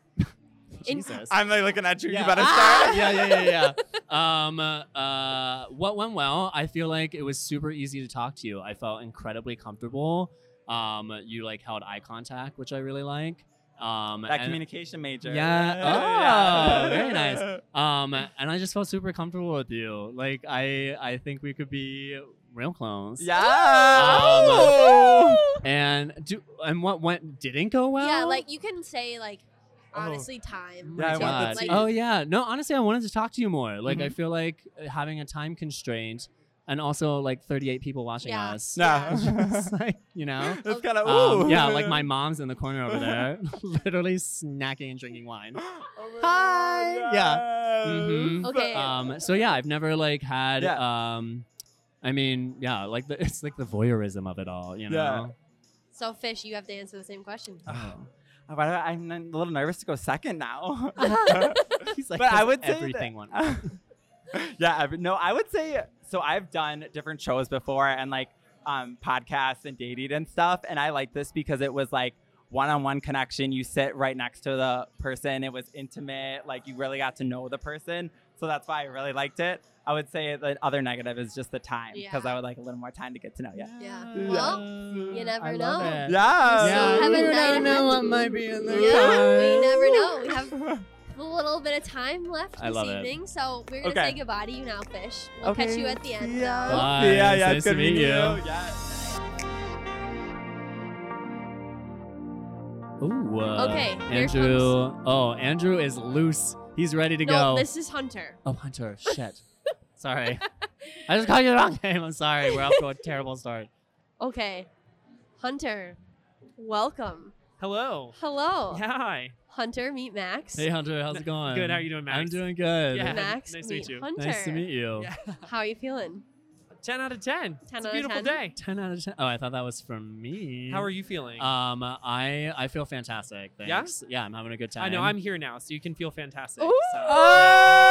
S1: In-
S3: Jesus.
S4: I'm like looking at you.
S3: Yeah.
S4: You better
S1: Ah!
S4: start.
S3: yeah, yeah, yeah, yeah. Um, uh, what went well? I feel like it was super easy to talk to you. I felt incredibly comfortable. Um, you like held eye contact, which I really like. Um,
S4: That
S3: and,
S4: communication major.
S3: Yeah.
S4: Yeah.
S3: Oh, very nice. um, and I just felt super comfortable with you. Like I, I think we could be real clones.
S4: Yeah.
S3: Um, And do and what went didn't go well?
S1: yeah, like you can say like
S4: Oh.
S1: honestly time.
S4: Yeah, I
S1: too.
S4: want the
S1: like,
S3: God.
S1: Mm-hmm.
S4: tea.
S3: oh yeah. No, honestly, I wanted to talk to you more. Like, I
S4: Mhm.
S3: feel like having a time constraint, and also like 38 people watching
S1: Yeah.
S3: us.
S4: Yeah.
S3: It's like, you know.
S4: it's kind of ooh.
S3: Um, yeah, like my mom's in the corner over there, literally snacking and drinking wine.
S4: Oh my
S3: Hi.
S4: God,
S3: Yeah.
S4: yes.
S3: Mhm.
S1: Okay.
S3: Um, so yeah, I've never like had.
S4: Yeah.
S3: Um, I mean, yeah, like the, it's like the voyeurism of it all, you
S4: Yeah.
S3: know.
S1: so fish, you have to answer the same question.
S3: Oh.
S4: Oh, why do I- I'm a little nervous to go second now.
S3: He's like,
S4: But I
S3: 'cause
S4: would say that-
S3: everything went.
S4: yeah, I've, no, I would say so. I've done different shows before and like um, podcasts and dated and stuff, and I like this because it was like one-on-one connection. You sit right next to the person. It was intimate. Like you really got to know the person. So that's why I really liked it. I would say the other negative is just the time because
S1: Yeah.
S4: I would like a little more time to get to know you.
S1: Yeah. Well, you never
S3: I love
S1: know.
S3: it.
S4: Yeah.
S1: Yeah.
S3: you
S1: have a
S3: never
S1: nice-
S3: know what might be in
S1: yeah,
S3: the
S1: we
S3: cards.
S1: never know. We have a little bit of time left
S3: I
S1: this
S3: love it.
S1: evening, so we're gonna
S4: Okay.
S1: say goodbye to you now, fish. We'll catch you
S4: Okay.
S1: at the end.
S4: Yeah.
S1: though.
S3: Bye.
S4: See
S3: It's
S4: ya. Yeah,
S3: nice
S4: it's
S3: to
S4: good to
S3: meet
S4: meet
S3: you.
S4: you. Yes.
S3: Ooh. uh,
S1: Okay, here comes-
S3: Andrew. Oh, Andrew is loose. He's ready to
S1: No,
S3: go.
S1: this is Hunter.
S3: oh, Hunter. Shit. sorry. I just called you the wrong name. I'm sorry. We're off to a terrible start.
S1: Okay, Hunter, welcome.
S5: Hello.
S1: Hello,
S5: Yeah, Hi.
S1: Hunter. Meet Max.
S3: Hey, Hunter. How's it going?
S5: Good. How are you doing, Max?
S3: I'm doing good.
S5: Yeah.
S1: Max,
S5: nice to
S1: meet
S5: meet you.
S1: Hunter.
S3: Nice to meet you.
S5: Yeah.
S1: How are you feeling?
S5: 10 out of 10.
S1: 10 out
S5: it's
S1: of
S5: a beautiful
S1: 10.
S5: day.
S3: 10 out of 10. Oh, I thought that was for me.
S5: How are you feeling?
S3: Um, I I feel fantastic.
S5: Yeah?
S3: Thanks. Yeah, I'm having a good time.
S5: I know I'm here now, so you can feel fantastic.
S1: Ooh.
S5: so-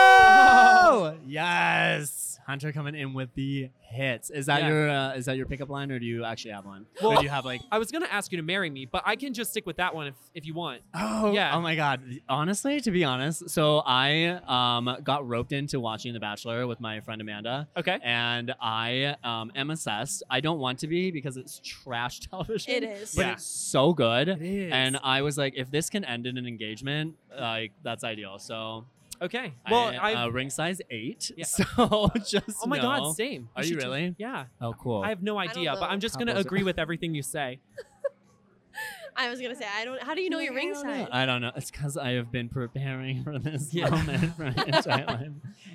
S3: Oh yes, Hunter coming in with the hits. Is that
S5: Yeah.
S3: your uh, is that your pickup line, or do you actually have one? or
S5: Well-
S3: do you have like
S5: I was going to ask you to marry me, but I can just stick with that one if, if you want.
S3: oh
S5: Yeah.
S3: oh my god? Honestly, to be honest, so I um got roped into watching The Bachelor with my friend Amanda,
S5: Okay.
S3: and I um, am obsessed. I don't want to be because it's trash television.
S1: It is.
S3: But
S5: Yeah.
S3: it's so good.
S5: is.
S3: And I was like, if this can end in an engagement, like that's ideal. So
S5: okay. Well,
S3: well,
S5: I.
S3: I,
S5: have
S3: uh, ring size eight.
S5: Yeah.
S3: So just
S5: oh my
S3: know.
S5: God, same.
S3: Are
S5: We
S3: you
S5: should do-
S3: really?
S5: yeah.
S3: Oh, cool.
S5: I have no
S1: don't
S5: idea, but
S1: know.
S5: I'm just gonna
S3: Couples are-
S5: agree with everything you say.
S1: I was gonna say I don't. How do you know your ring size?
S3: I don't know. It's because I have been preparing for this
S5: Yeah.
S3: moment for my entire life.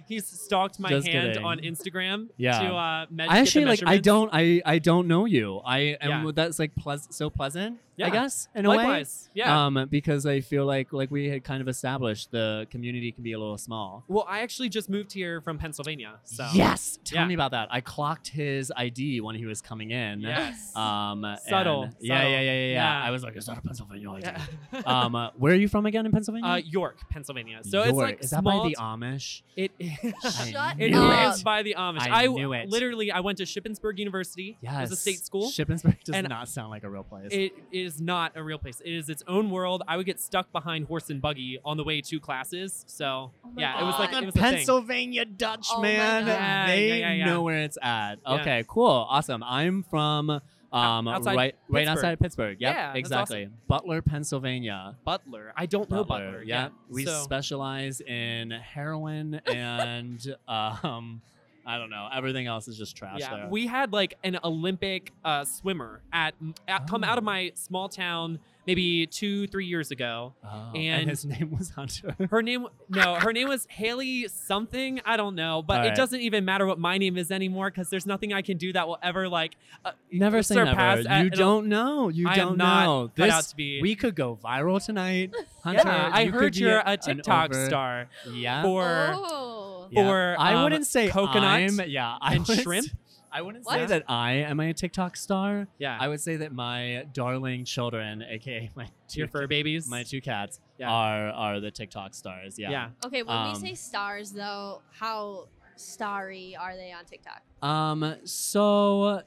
S5: He's stalked my
S3: Just
S5: hand
S3: kidding.
S5: on Instagram
S3: Yeah.
S5: to uh, me-
S3: I
S5: get the
S3: actually like. I
S5: measurements.
S3: don't. I I don't know you. I am.
S5: Yeah.
S3: That's like pleas- so pleasant.
S5: Yeah.
S3: I guess in a way.
S5: Likewise, yeah.
S3: Um, because I feel like like we had kind of established the community can be a little small.
S5: well, I actually just moved here from Pennsylvania, so
S3: Yes. Tell
S5: Yeah.
S3: me about that. I clocked his ID when he was coming in.
S5: Yes.
S3: Um,
S5: Subtle,
S3: and- Yeah,
S5: subtle.
S3: yeah, yeah, yeah, yeah,
S5: Yeah.
S3: I was like, is that a Pennsylvania ID?
S5: Yeah.
S3: um, uh, where are you from again in Pennsylvania?
S5: uh, York, Pennsylvania. So it's
S3: York.
S5: like
S3: is that
S5: small.
S3: by the Amish?
S5: it is.
S3: I
S1: Shut
S5: It
S3: knew
S1: up.
S5: is by the Amish.
S3: I
S5: w-
S3: knew it.
S5: Literally, I went to Shippensburg University.
S3: Yes.
S5: It was a state school.
S3: Shippensburg does
S5: And-
S3: not sound like a real place.
S5: It is not a real place. It is its own world. I would get stuck behind horse and buggy on the way to classes. So
S1: Oh my
S5: yeah, it was like
S1: God.
S5: Uh, it was a thing.
S3: Pennsylvania Dutch
S1: Oh my
S3: man.
S1: God. Yeah,
S3: They
S5: yeah, yeah, yeah.
S3: know where it's at.
S5: Yeah.
S3: Okay, cool, awesome. I'm from um
S5: outside
S3: right right
S5: Pittsburgh.
S3: outside of Pittsburgh. Yep,
S5: Yeah, that's
S3: exactly. Butler, Pennsylvania.
S5: Butler. I don't know Butler.
S3: yeah.
S5: Yeah.
S3: We
S5: so,
S3: specialize in heroin and um I don't know. Everything else is just trash
S5: yeah.
S3: there.
S5: We had like an Olympic uh, swimmer at, at come out
S3: Oh.
S5: of my small town maybe two three years ago.
S3: Oh,
S5: and-
S3: his name was Hunter.
S5: Her name no, her name was Haley something. I don't know, but it
S3: Alright.
S5: doesn't even matter what my name is anymore because there's nothing I can do that will ever like. Uh,
S3: Never say never.
S5: surpass at-
S3: You don't know. You
S5: I am
S3: don't
S5: not
S3: know.
S5: cut
S3: This
S5: out to be.
S3: we could go viral tonight. Hunter,
S5: yeah, I
S3: you could
S5: heard
S3: be
S5: you're
S3: an
S5: a TikTok
S3: over- Uh,
S5: star
S3: Yeah.
S5: for
S1: Oh.
S5: Yeah.
S3: Yeah.
S5: for, um,
S3: I wouldn't say
S5: coconut
S3: I'm, yeah, I
S5: and
S3: wouldn't
S5: shrimp?
S3: s- I wouldn't say
S1: What?
S3: that I am a TikTok star.
S5: yeah.
S3: I would say that my darling children, aka my two,
S5: your fur babies.
S3: my two cats,
S5: Yeah.
S3: are are the TikTok stars. Yeah.
S5: yeah.
S1: Okay, when
S3: Um,
S1: we say stars, though, how starry are they on TikTok?
S3: Um. So.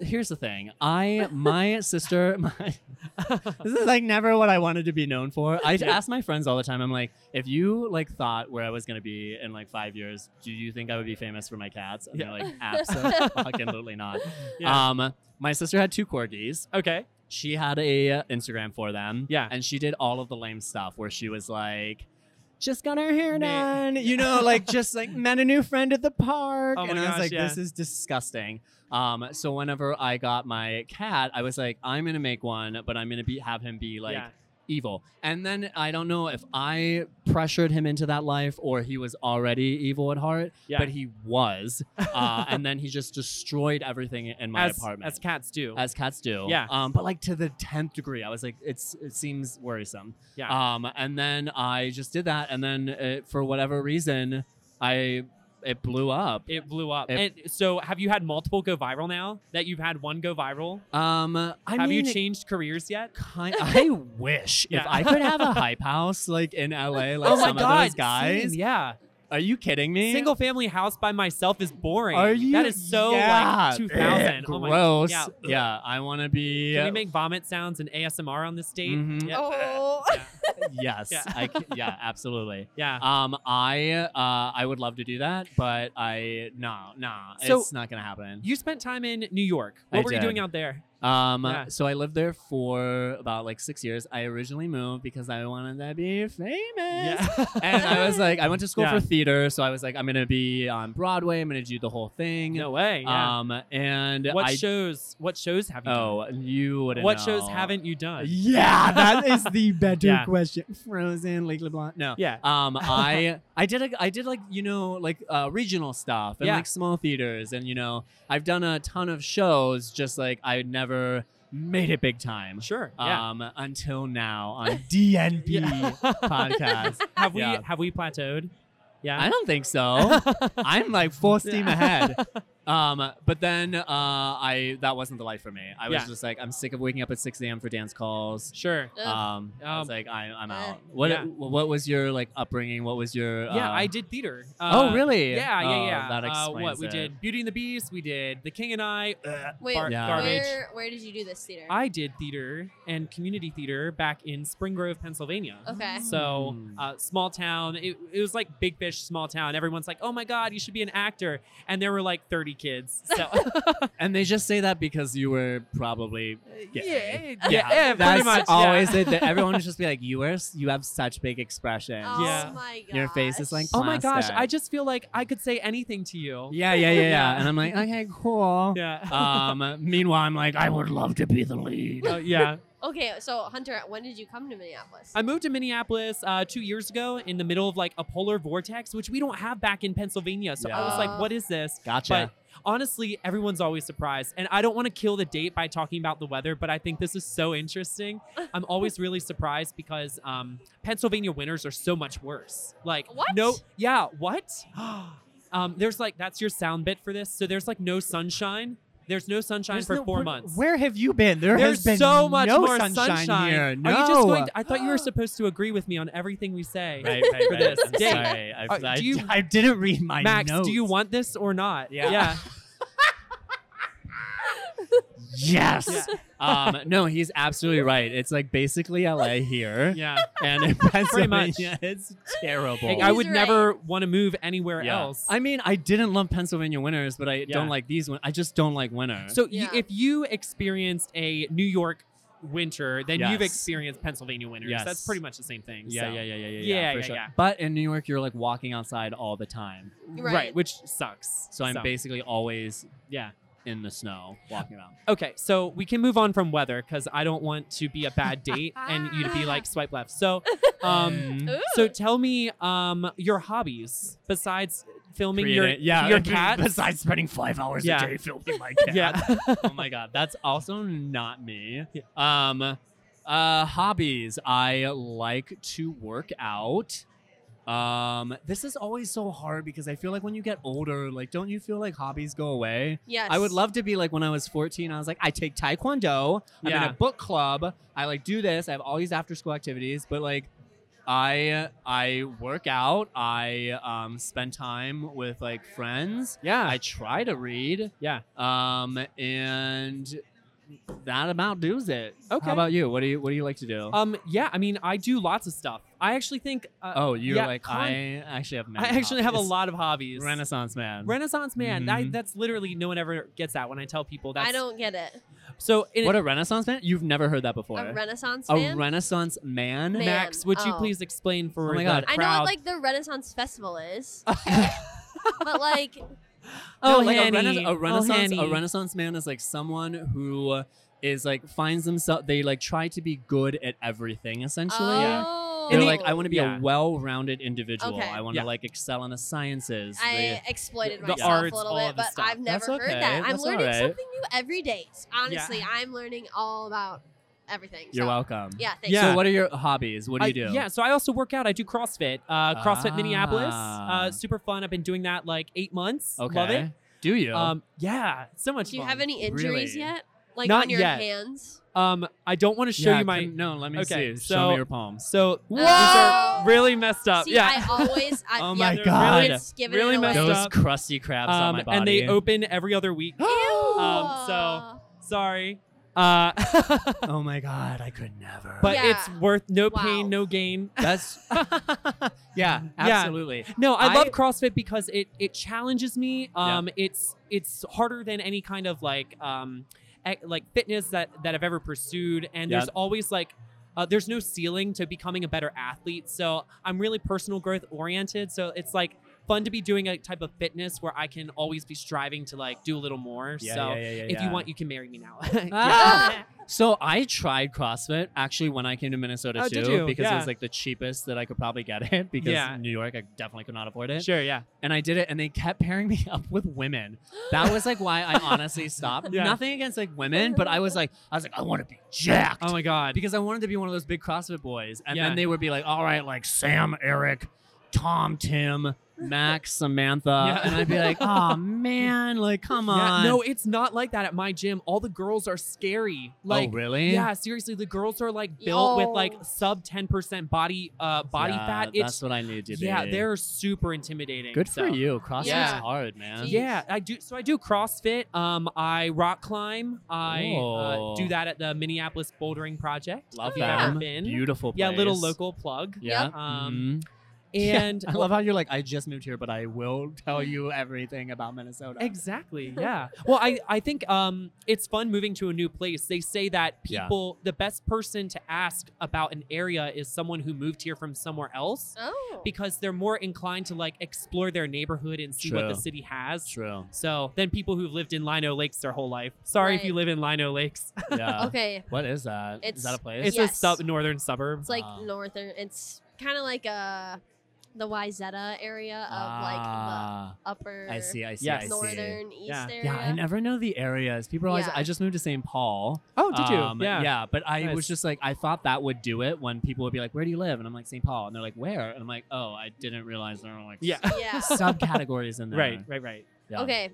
S3: Here's the thing. I my sister my this is like never what I wanted to be known for. I ask my friends all the time. I'm like, if you like thought where I was gonna be in like five years, do you think I would be famous for my cats? And they're like, absolutely not.
S5: Yeah.
S3: Um, my sister had two corgis.
S5: Okay.
S3: She had a uh, Instagram for them.
S5: Yeah.
S3: and she did all of the lame stuff where she was like. Just got her hair
S5: Man.
S3: done, you know, like just like met a new friend at the park,
S5: Oh my
S3: and I was
S5: gosh,
S3: like,
S5: yeah.
S3: "This is disgusting." Um, so whenever I got my cat, I was like, "I'm gonna make one, but I'm gonna be have him be like
S5: yeah.
S3: evil. And then I don't know if I pressured him into that life or he was already evil at heart,
S5: Yeah.
S3: but he was. Uh, and then he just destroyed everything in my
S5: as,
S3: apartment.
S5: as cats do.
S3: As cats do,
S5: Yeah.
S3: Um, but like to the tenth degree, I was like, it's it seems worrisome.
S5: yeah.
S3: Um, and then I just did that, and then it, for whatever reason, I it blew up.
S5: it blew up.
S3: it-
S5: and so, have you had multiple go viral now? That you've had one go viral?
S3: Um, I
S5: have
S3: mean,
S5: you changed careers yet?
S3: Kind, I wish
S5: Yeah. Oh
S3: if I could have a hype house like in LA, like some of those guys.
S5: same, yeah.
S3: Are you kidding me?
S5: Single family house by myself is boring.
S3: Are you?
S5: That is so
S3: Yeah.
S5: like 2000. oh my
S3: Gross.
S5: Yeah.
S3: yeah. I want to be.
S5: Can we make vomit sounds and ASMR on this date?
S3: Mhm.
S5: Yeah.
S1: Oh.
S3: yes.
S5: Yeah.
S3: I c- yeah. Absolutely.
S5: Yeah.
S3: Um. I. Uh. I would love to do that, but I. No. No.
S5: So-
S3: it's not gonna happen.
S5: You spent time in New York. What
S3: I
S5: were you
S3: did.
S5: doing out there?
S3: Um.
S5: Yeah.
S3: So I lived there for about like six years. I originally moved because I wanted to be famous. and I was like, I went to school
S5: Yeah.
S3: for theater, so I was like, I'm gonna be on Broadway. I'm gonna do the whole thing.
S5: no way. Yeah.
S3: Um. And
S5: what
S3: I.
S5: shows? What shows have you
S3: oh, you
S5: done?
S3: wouldn't.
S5: What shows
S3: know.
S5: haven't you done?
S3: Yeah, that is the better
S5: Yeah.
S3: question. Frozen, Lake LeBlanc. No.
S5: Yeah.
S3: Um, I I did a, I did like you know like uh, regional stuff and
S5: Yeah.
S3: like small theaters and you know I've done a ton of shows just like I never made it big time.
S5: Sure. Yeah.
S3: Um, until now on DNP
S5: Yeah.
S3: podcast.
S5: have we
S3: yeah.
S5: have we plateaued? Yeah.
S3: I don't think so. I'm like full steam ahead. Um, but then uh, I that wasn't the life for me. I was
S5: Yeah.
S3: just like I'm sick of waking up at 6 a.m. for dance calls.
S5: sure.
S1: Ugh.
S3: Um, I was
S5: Um,
S3: like, I, I'm
S1: eh.
S3: out. What
S5: Yeah.
S3: What was your like upbringing? What was your?
S5: yeah,
S3: uh,
S5: I did theater.
S3: Oh,
S5: Uh,
S3: really?
S5: Yeah, yeah,
S3: Oh,
S5: yeah.
S3: that
S5: uh, what
S3: explains
S5: we
S3: it. Hmm.
S5: did: Beauty and the Beast. We did The King and I. ugh,
S1: Wait,
S5: bar-
S3: Yeah.
S5: garbage.
S1: where, where did you do this theater?
S5: I did theater and community theater back in Spring Grove, Pennsylvania.
S3: Oh.
S1: okay.
S5: So,
S3: Mm.
S5: uh, small town. It, it was like big fish, small town. Everyone's like, "Oh my God, you should be an actor!" And there were like 30
S3: bad kids. So, and they just say that because you were probably
S5: Yeah,
S3: gay.
S5: yeah, yeah, pretty
S3: that's
S5: much, yeah.
S3: always it. That Everyone would just be like, "You are, s- you have such big expressions.
S1: Oh
S5: Yeah.
S1: my god.
S3: Your face is like-
S5: Oh my gosh,
S3: Plastic.
S5: I just feel like I could say anything to you.
S3: yeah, yeah, yeah, yeah." And I'm like, "Okay, cool."
S5: Yeah.
S3: Um. Meanwhile, I'm like, "I would love to be the lead."
S5: Uh, yeah.
S1: Okay, so Hunter, when did you come to Minneapolis?
S5: I moved to Minneapolis uh, two years ago in the middle of like a polar vortex, which we don't have back in Pennsylvania. So I was
S1: Yeah.
S5: like, what is this?
S3: Gotcha.
S5: But honestly, everyone's always surprised. And I don't want to kill the date by talking about the weather, but I think this is so interesting. I'm always really surprised because um, Pennsylvania winters are so much worse. Like,
S1: What?
S5: No, yeah, what? um, there's like, that's your sound bit for this. So there's like no sunshine. There's no sunshine
S3: There's
S5: for
S3: no-
S5: four
S3: where-
S5: months.
S3: Where have you been? There
S5: There's
S3: has been
S5: so much
S3: no
S5: more
S3: sunshine, here. No.
S5: Are you just going to, I thought you were supposed to agree with me on everything we say.
S3: right, right,
S5: for
S3: right.
S5: this.
S3: I'm
S5: Date.
S3: sorry. I,
S5: Uh,
S3: I,
S5: do you-
S3: I didn't read my
S5: Max,
S3: notes.
S5: do you want this or not?
S3: Yeah.
S5: Yeah.
S3: Yes. um, no, he's absolutely right. It's like basically LA here,
S5: yeah.
S3: and in
S5: much.
S3: Pennsylvania, it's terrible.
S5: Like,
S1: He's
S5: I would
S1: right.
S5: never want to move anywhere
S3: Yeah.
S5: else.
S3: I mean, I didn't love Pennsylvania winters, but I don't
S5: Yeah.
S3: like these ones. I just don't like winter.
S5: so you-
S1: Yeah.
S5: if you experienced a New York winter, then you've
S3: Yes.
S5: experienced Pennsylvania winters.
S3: Yes.
S5: That's pretty much the same thing.
S3: yeah,
S5: so.
S3: yeah, yeah, yeah, yeah,
S5: Yeah,
S3: for
S5: yeah,
S3: sure.
S5: yeah.
S3: But in New York, you're like walking outside all the time,
S1: Right.
S5: which sucks.
S3: so I'm basically always
S5: yeah.
S3: in the snow walking around.
S5: Okay, so we can move on from weather because I don't want to be a bad date and you to be like swipe left. So, um,
S1: Ooh.
S5: so tell me, um, your hobbies besides filming
S3: Create
S5: your
S3: it. yeah,
S5: your cat.
S3: Besides spending five hours
S5: Yeah.
S3: a day filming my cat.
S5: yeah,
S3: oh my god, that's also not me. Um, uh, hobbies. I like to work out. Um, this is always so hard because I feel like when you get older, like, don't you feel like hobbies go away?
S1: Yes.
S3: I would love to be like when I was 14, I was like, I take taekwondo, I'm in
S5: Yeah.
S3: a book club, I like do this, I have all these after school activities, but like I I work out, I um, spend time with like friends,
S5: yeah,
S3: I try to read,
S5: yeah.
S3: um, and that about does it.
S5: Okay.
S3: How about you? What do you What do you like to do?
S5: Um, yeah. I mean, I do lots of stuff. I actually think uh,
S3: oh, you're
S5: yeah,
S3: like
S5: con-
S3: I actually have.
S5: I
S3: many
S5: actually have a
S3: hobbies.
S5: lot of hobbies.
S3: Renaissance man.
S5: Renaissance man. I,
S3: Mhm.
S5: that's literally no one ever gets that when I tell people. That's,
S1: I don't get it.
S5: So in,
S3: what a Renaissance man! You've never heard that before.
S1: A Renaissance
S3: A
S1: fan.
S3: Renaissance man.
S1: Man.
S5: Max, would you
S1: oh.
S5: please explain for
S3: Oh my
S5: the
S3: God.
S1: I know
S5: crowd?
S1: what like the Renaissance Festival is, but like
S5: oh,
S3: No, like a,
S5: Hanny.
S3: rena- a
S5: Oh,
S3: renaissance a
S5: Hanny.
S3: renaissance man is like someone who is like finds themselves they like try to be good at everything essentially
S1: oh,
S3: they're like i want to be
S5: Yeah.
S3: a well-rounded individual
S1: Okay.
S3: i want to
S5: Yeah.
S3: like excel in the sciences
S1: I
S3: They-
S1: exploited
S5: the
S1: myself
S5: arts,
S1: a little
S5: all
S1: bit,
S5: of the
S1: but
S5: stuff.
S1: I've never
S3: That's
S1: heard
S3: okay.
S1: that. I'm
S3: That's
S1: learning
S3: all right.
S1: something new every day. Honestly, I'm learning all about everything.
S3: you're
S1: so-
S3: welcome
S1: Yeah, thanks.
S5: Yeah.
S3: so what are your hobbies what do you do
S5: I- yeah, so I also work out. I do CrossFit, uh, CrossFit Minneapolis.
S3: Ah.
S5: Uh, super fun. I've been doing that like eight months.
S3: okay
S5: Love it.
S3: do you
S5: Um, yeah, it's so much
S1: Do you
S5: fun.
S1: have any injuries
S3: Really?
S1: yet? Like
S5: Not
S1: on your
S5: yet.
S1: hands?
S5: Um, I don't want to show
S3: Yeah,
S5: you my.
S3: come- no let me
S5: Okay,
S3: see show
S5: so-
S3: me your palms
S5: So
S1: Whoa!
S5: these are really messed up.
S1: See,
S5: Uh, yeah.
S1: I always. I,
S3: Oh
S1: yeah,
S3: my
S1: they're
S3: God.
S1: Really, it's giving
S5: Really
S1: it away.
S5: messed
S3: those
S5: up.
S3: crusty crabs on my
S5: um,
S3: body
S5: and they open every other week.
S1: Ew.
S5: Um, so- Sorry. Uh,
S3: oh my god i could never
S5: but
S1: Yeah.
S5: it's worth no
S1: Wow.
S5: pain, no gain.
S3: that's yeah absolutely
S5: No, I,
S3: I-
S5: love CrossFit because it it challenges me.
S3: Yeah.
S5: Um, it's it's harder than any kind of like um, ec- like fitness that that I've ever pursued, and
S3: Yeah.
S5: there's always like. Uh, there's no ceiling to becoming a better athlete, so I'm really personal growth oriented. So it's like fun to be doing a type of fitness where I can always be striving to like do a little more. so if you want, you can marry me now.
S3: Ah. So I tried CrossFit actually when I came to Minnesota
S5: Oh,
S3: too
S5: did you?
S3: because it
S5: Yeah.
S3: was like the cheapest that I could probably get it because
S5: Yeah.
S3: in New York I definitely could not afford
S5: Yeah.
S3: it.
S5: Sure, yeah.
S3: And I did it and they kept pairing me up with women. That was like why I honestly stopped.
S5: Yeah.
S3: Nothing against like women, but I was like I was like I want to be jacked.
S5: Oh my god.
S3: because I wanted to be one of those big CrossFit boys. And
S5: Yeah.
S3: then they would be like, all right, like Sam, Eric, Tom, Tim, Max, Samantha.
S5: Yeah.
S3: And I'd be like, oh man, like come
S5: Yeah,
S3: on. Oh,
S5: No, it's not like that at my gym. All the girls are scary. Like
S3: oh, really?
S5: Yeah, seriously, the girls are like built with like
S1: Yo.
S5: sub 10% body uh body
S3: Yeah,
S5: fat.
S3: That's
S5: It's
S3: what I need to be.
S5: yeah, they're super intimidating.
S3: Good
S5: so.
S3: for you. CrossFit's
S1: Yeah.
S3: hard, man.
S1: Jeez.
S5: Yeah, I do. So I do CrossFit. Um, I rock climb. I uh,
S3: Oh.
S5: do that at the Minneapolis Bouldering Project.
S3: Love
S5: if you've
S1: that.
S5: ever been.
S3: Beautiful. Mm-hmm.
S5: Yeah, little
S3: place.
S5: local plug.
S3: Yeah.
S5: Um,
S3: Yeah,
S5: And
S3: I love how you're like, I just moved here, but I will tell you everything about Minnesota.
S5: Exactly. Yeah. well, I, I think um, it's fun moving to a new place. They say that
S3: Yeah.
S5: people, the best person to ask about an area is someone who moved here from somewhere else
S1: Oh.
S5: because they're more inclined to like explore their neighborhood and see what the
S3: True.
S5: city has.
S3: True.
S5: So then people who've lived in Lino Lakes their whole life. Sorry if
S1: Right.
S5: you live in Lino Lakes.
S3: Yeah.
S1: okay.
S3: What is that? Is
S1: It's-
S3: that a place?
S5: It's
S1: Yes.
S5: a sub northern suburb.
S1: It's like
S3: Ah.
S1: northern. It's kind of like uh, the Wyzetta area of like
S3: ah,
S1: the upper
S3: I see. I see.
S5: Yes.
S3: I see.
S1: northern east
S5: Yeah.
S1: area.
S3: Yeah, I never know the areas. People are always.
S1: Yeah.
S3: I just moved to St. Paul.
S5: oh, did you?
S3: Um,
S5: yeah.
S3: but I
S5: Nice.
S3: was just like, I thought that would do it when people would be like, "Where do you live?" And I'm like, "St. Paul," and they're like, "Where?" And I'm like, "Oh, I didn't realize there were like
S5: Yeah.
S1: Yeah.
S3: subcategories in there."
S5: Right. Right. Right.
S3: Yeah.
S1: Okay.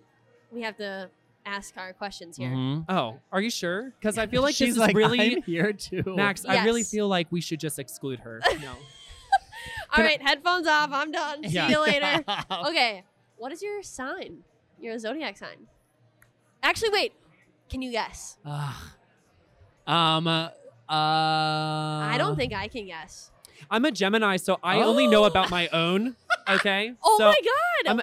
S1: We have to ask our questions here.
S3: Mhm.
S5: Oh, are you sure? Because I feel like
S3: She's
S5: this is
S3: like,
S5: really
S3: "I'm here too.
S5: Max. I really
S1: Yes.
S5: feel like we should just exclude her. No.
S3: Mm-hmm.
S1: All
S5: Can I-
S1: right, headphones off. I'm done.
S5: Yeah.
S1: See you later. Okay. What is your sign? Your zodiac sign? Actually, wait. Can you guess?
S3: Ah. um. Uh,
S1: I don't think I can guess.
S5: I'm a Gemini, so I only know about my own. Okay.
S1: Oh
S5: so
S1: my god!
S5: I'm,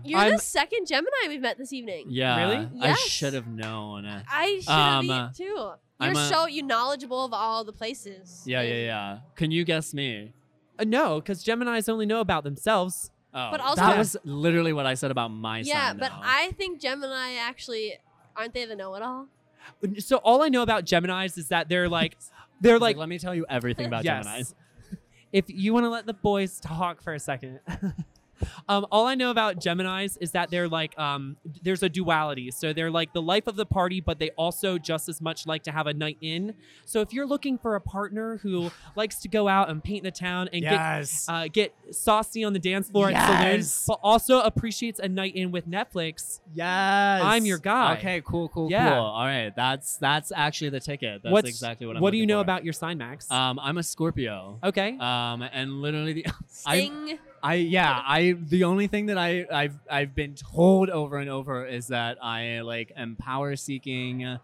S3: Yeah.
S1: You're
S5: I'm-
S1: the second Gemini we've met this evening.
S3: Yeah.
S5: Really?
S3: I
S1: Yes.
S3: should have known. Yeah,
S1: I should
S3: Um, uh,
S1: have too. You're
S3: I'm a-
S1: so you knowledgeable of all the places.
S3: yeah, yeah. Can you guess me?
S5: Uh, no, because Geminis only know about themselves.
S3: Oh,
S1: But also-
S3: that was literally what I said about my son.
S1: Yeah, but
S3: though.
S1: I think Gemini actually aren't they the know-it-all?
S5: So all I know about Geminis is that they're like, they're
S3: He's like,
S5: like,
S3: let me tell you everything about
S5: yes.
S3: Gemini's.
S5: If you want to let the boys talk for a second. Um, all I know about Geminis is that they're like, um, there's a duality. So they're like the life of the party, but they also just as much like to have a night in. So if you're looking for a partner who likes to go out and paint the town and get
S3: yes.
S5: uh, get saucy on the dance floor at
S3: Yes.
S5: saloons, but also appreciates a night in with Netflix.
S3: yes.
S5: I'm your guy.
S3: Okay, cool, cool,
S5: Yeah.
S3: cool. All right, that's that's actually the ticket. That's
S5: What's-
S3: exactly what I'm
S5: What do you
S3: looking
S5: know
S3: for.
S5: about your sign, Max?
S3: Um, I'm a Scorpio.
S5: okay.
S3: Um, and literally the I-
S1: Sting.
S3: I yeah I the only thing that I I've I've been told over and over is that I like am power seeking,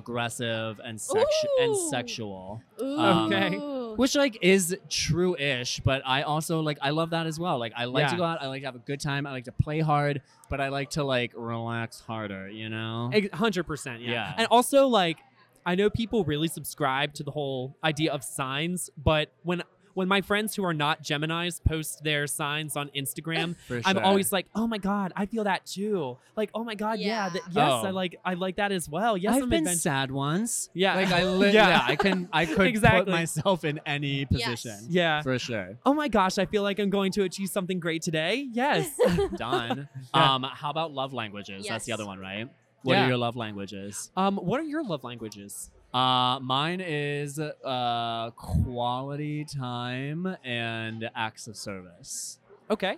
S3: aggressive and sexu- and
S1: Ooh.
S3: sexual. Um,
S1: Ooh.
S5: okay.
S3: which like is true-ish but i also like i love that as well like i like
S5: Yeah.
S3: to go out i like to have a good time i like to play hard but i like to like relax harder you know
S5: Ex- 100%. Yeah.
S3: Yeah.
S5: And also, like, I know people really subscribe to the whole idea of signs, but when when my friends who are not Geminis post their signs on Instagram,
S3: For
S5: I'm
S3: sure.
S5: always like, "Oh my god, I feel that too!" Like, "Oh my god, yeah,
S1: Yeah.
S5: th- yes, I
S3: Oh.
S5: like, I like that as well." Yes,
S3: i've
S5: I'm
S3: been
S5: adventurous."
S3: sad once
S5: Yeah,
S3: like i li-
S5: Yeah.
S3: yeah. i can i could
S5: Exactly.
S3: put myself in any
S1: Yes.
S3: position
S5: yeah.
S3: for sure
S5: Oh my gosh, I feel like I'm going to achieve something great today. Yes.
S3: done
S5: Yeah.
S3: um how about love languages that's the
S1: Yes.
S3: other one right what
S5: Yeah.
S3: are your love languages
S5: Um, what are your love languages?
S3: uh mine is uh quality time and acts of service
S5: Okay.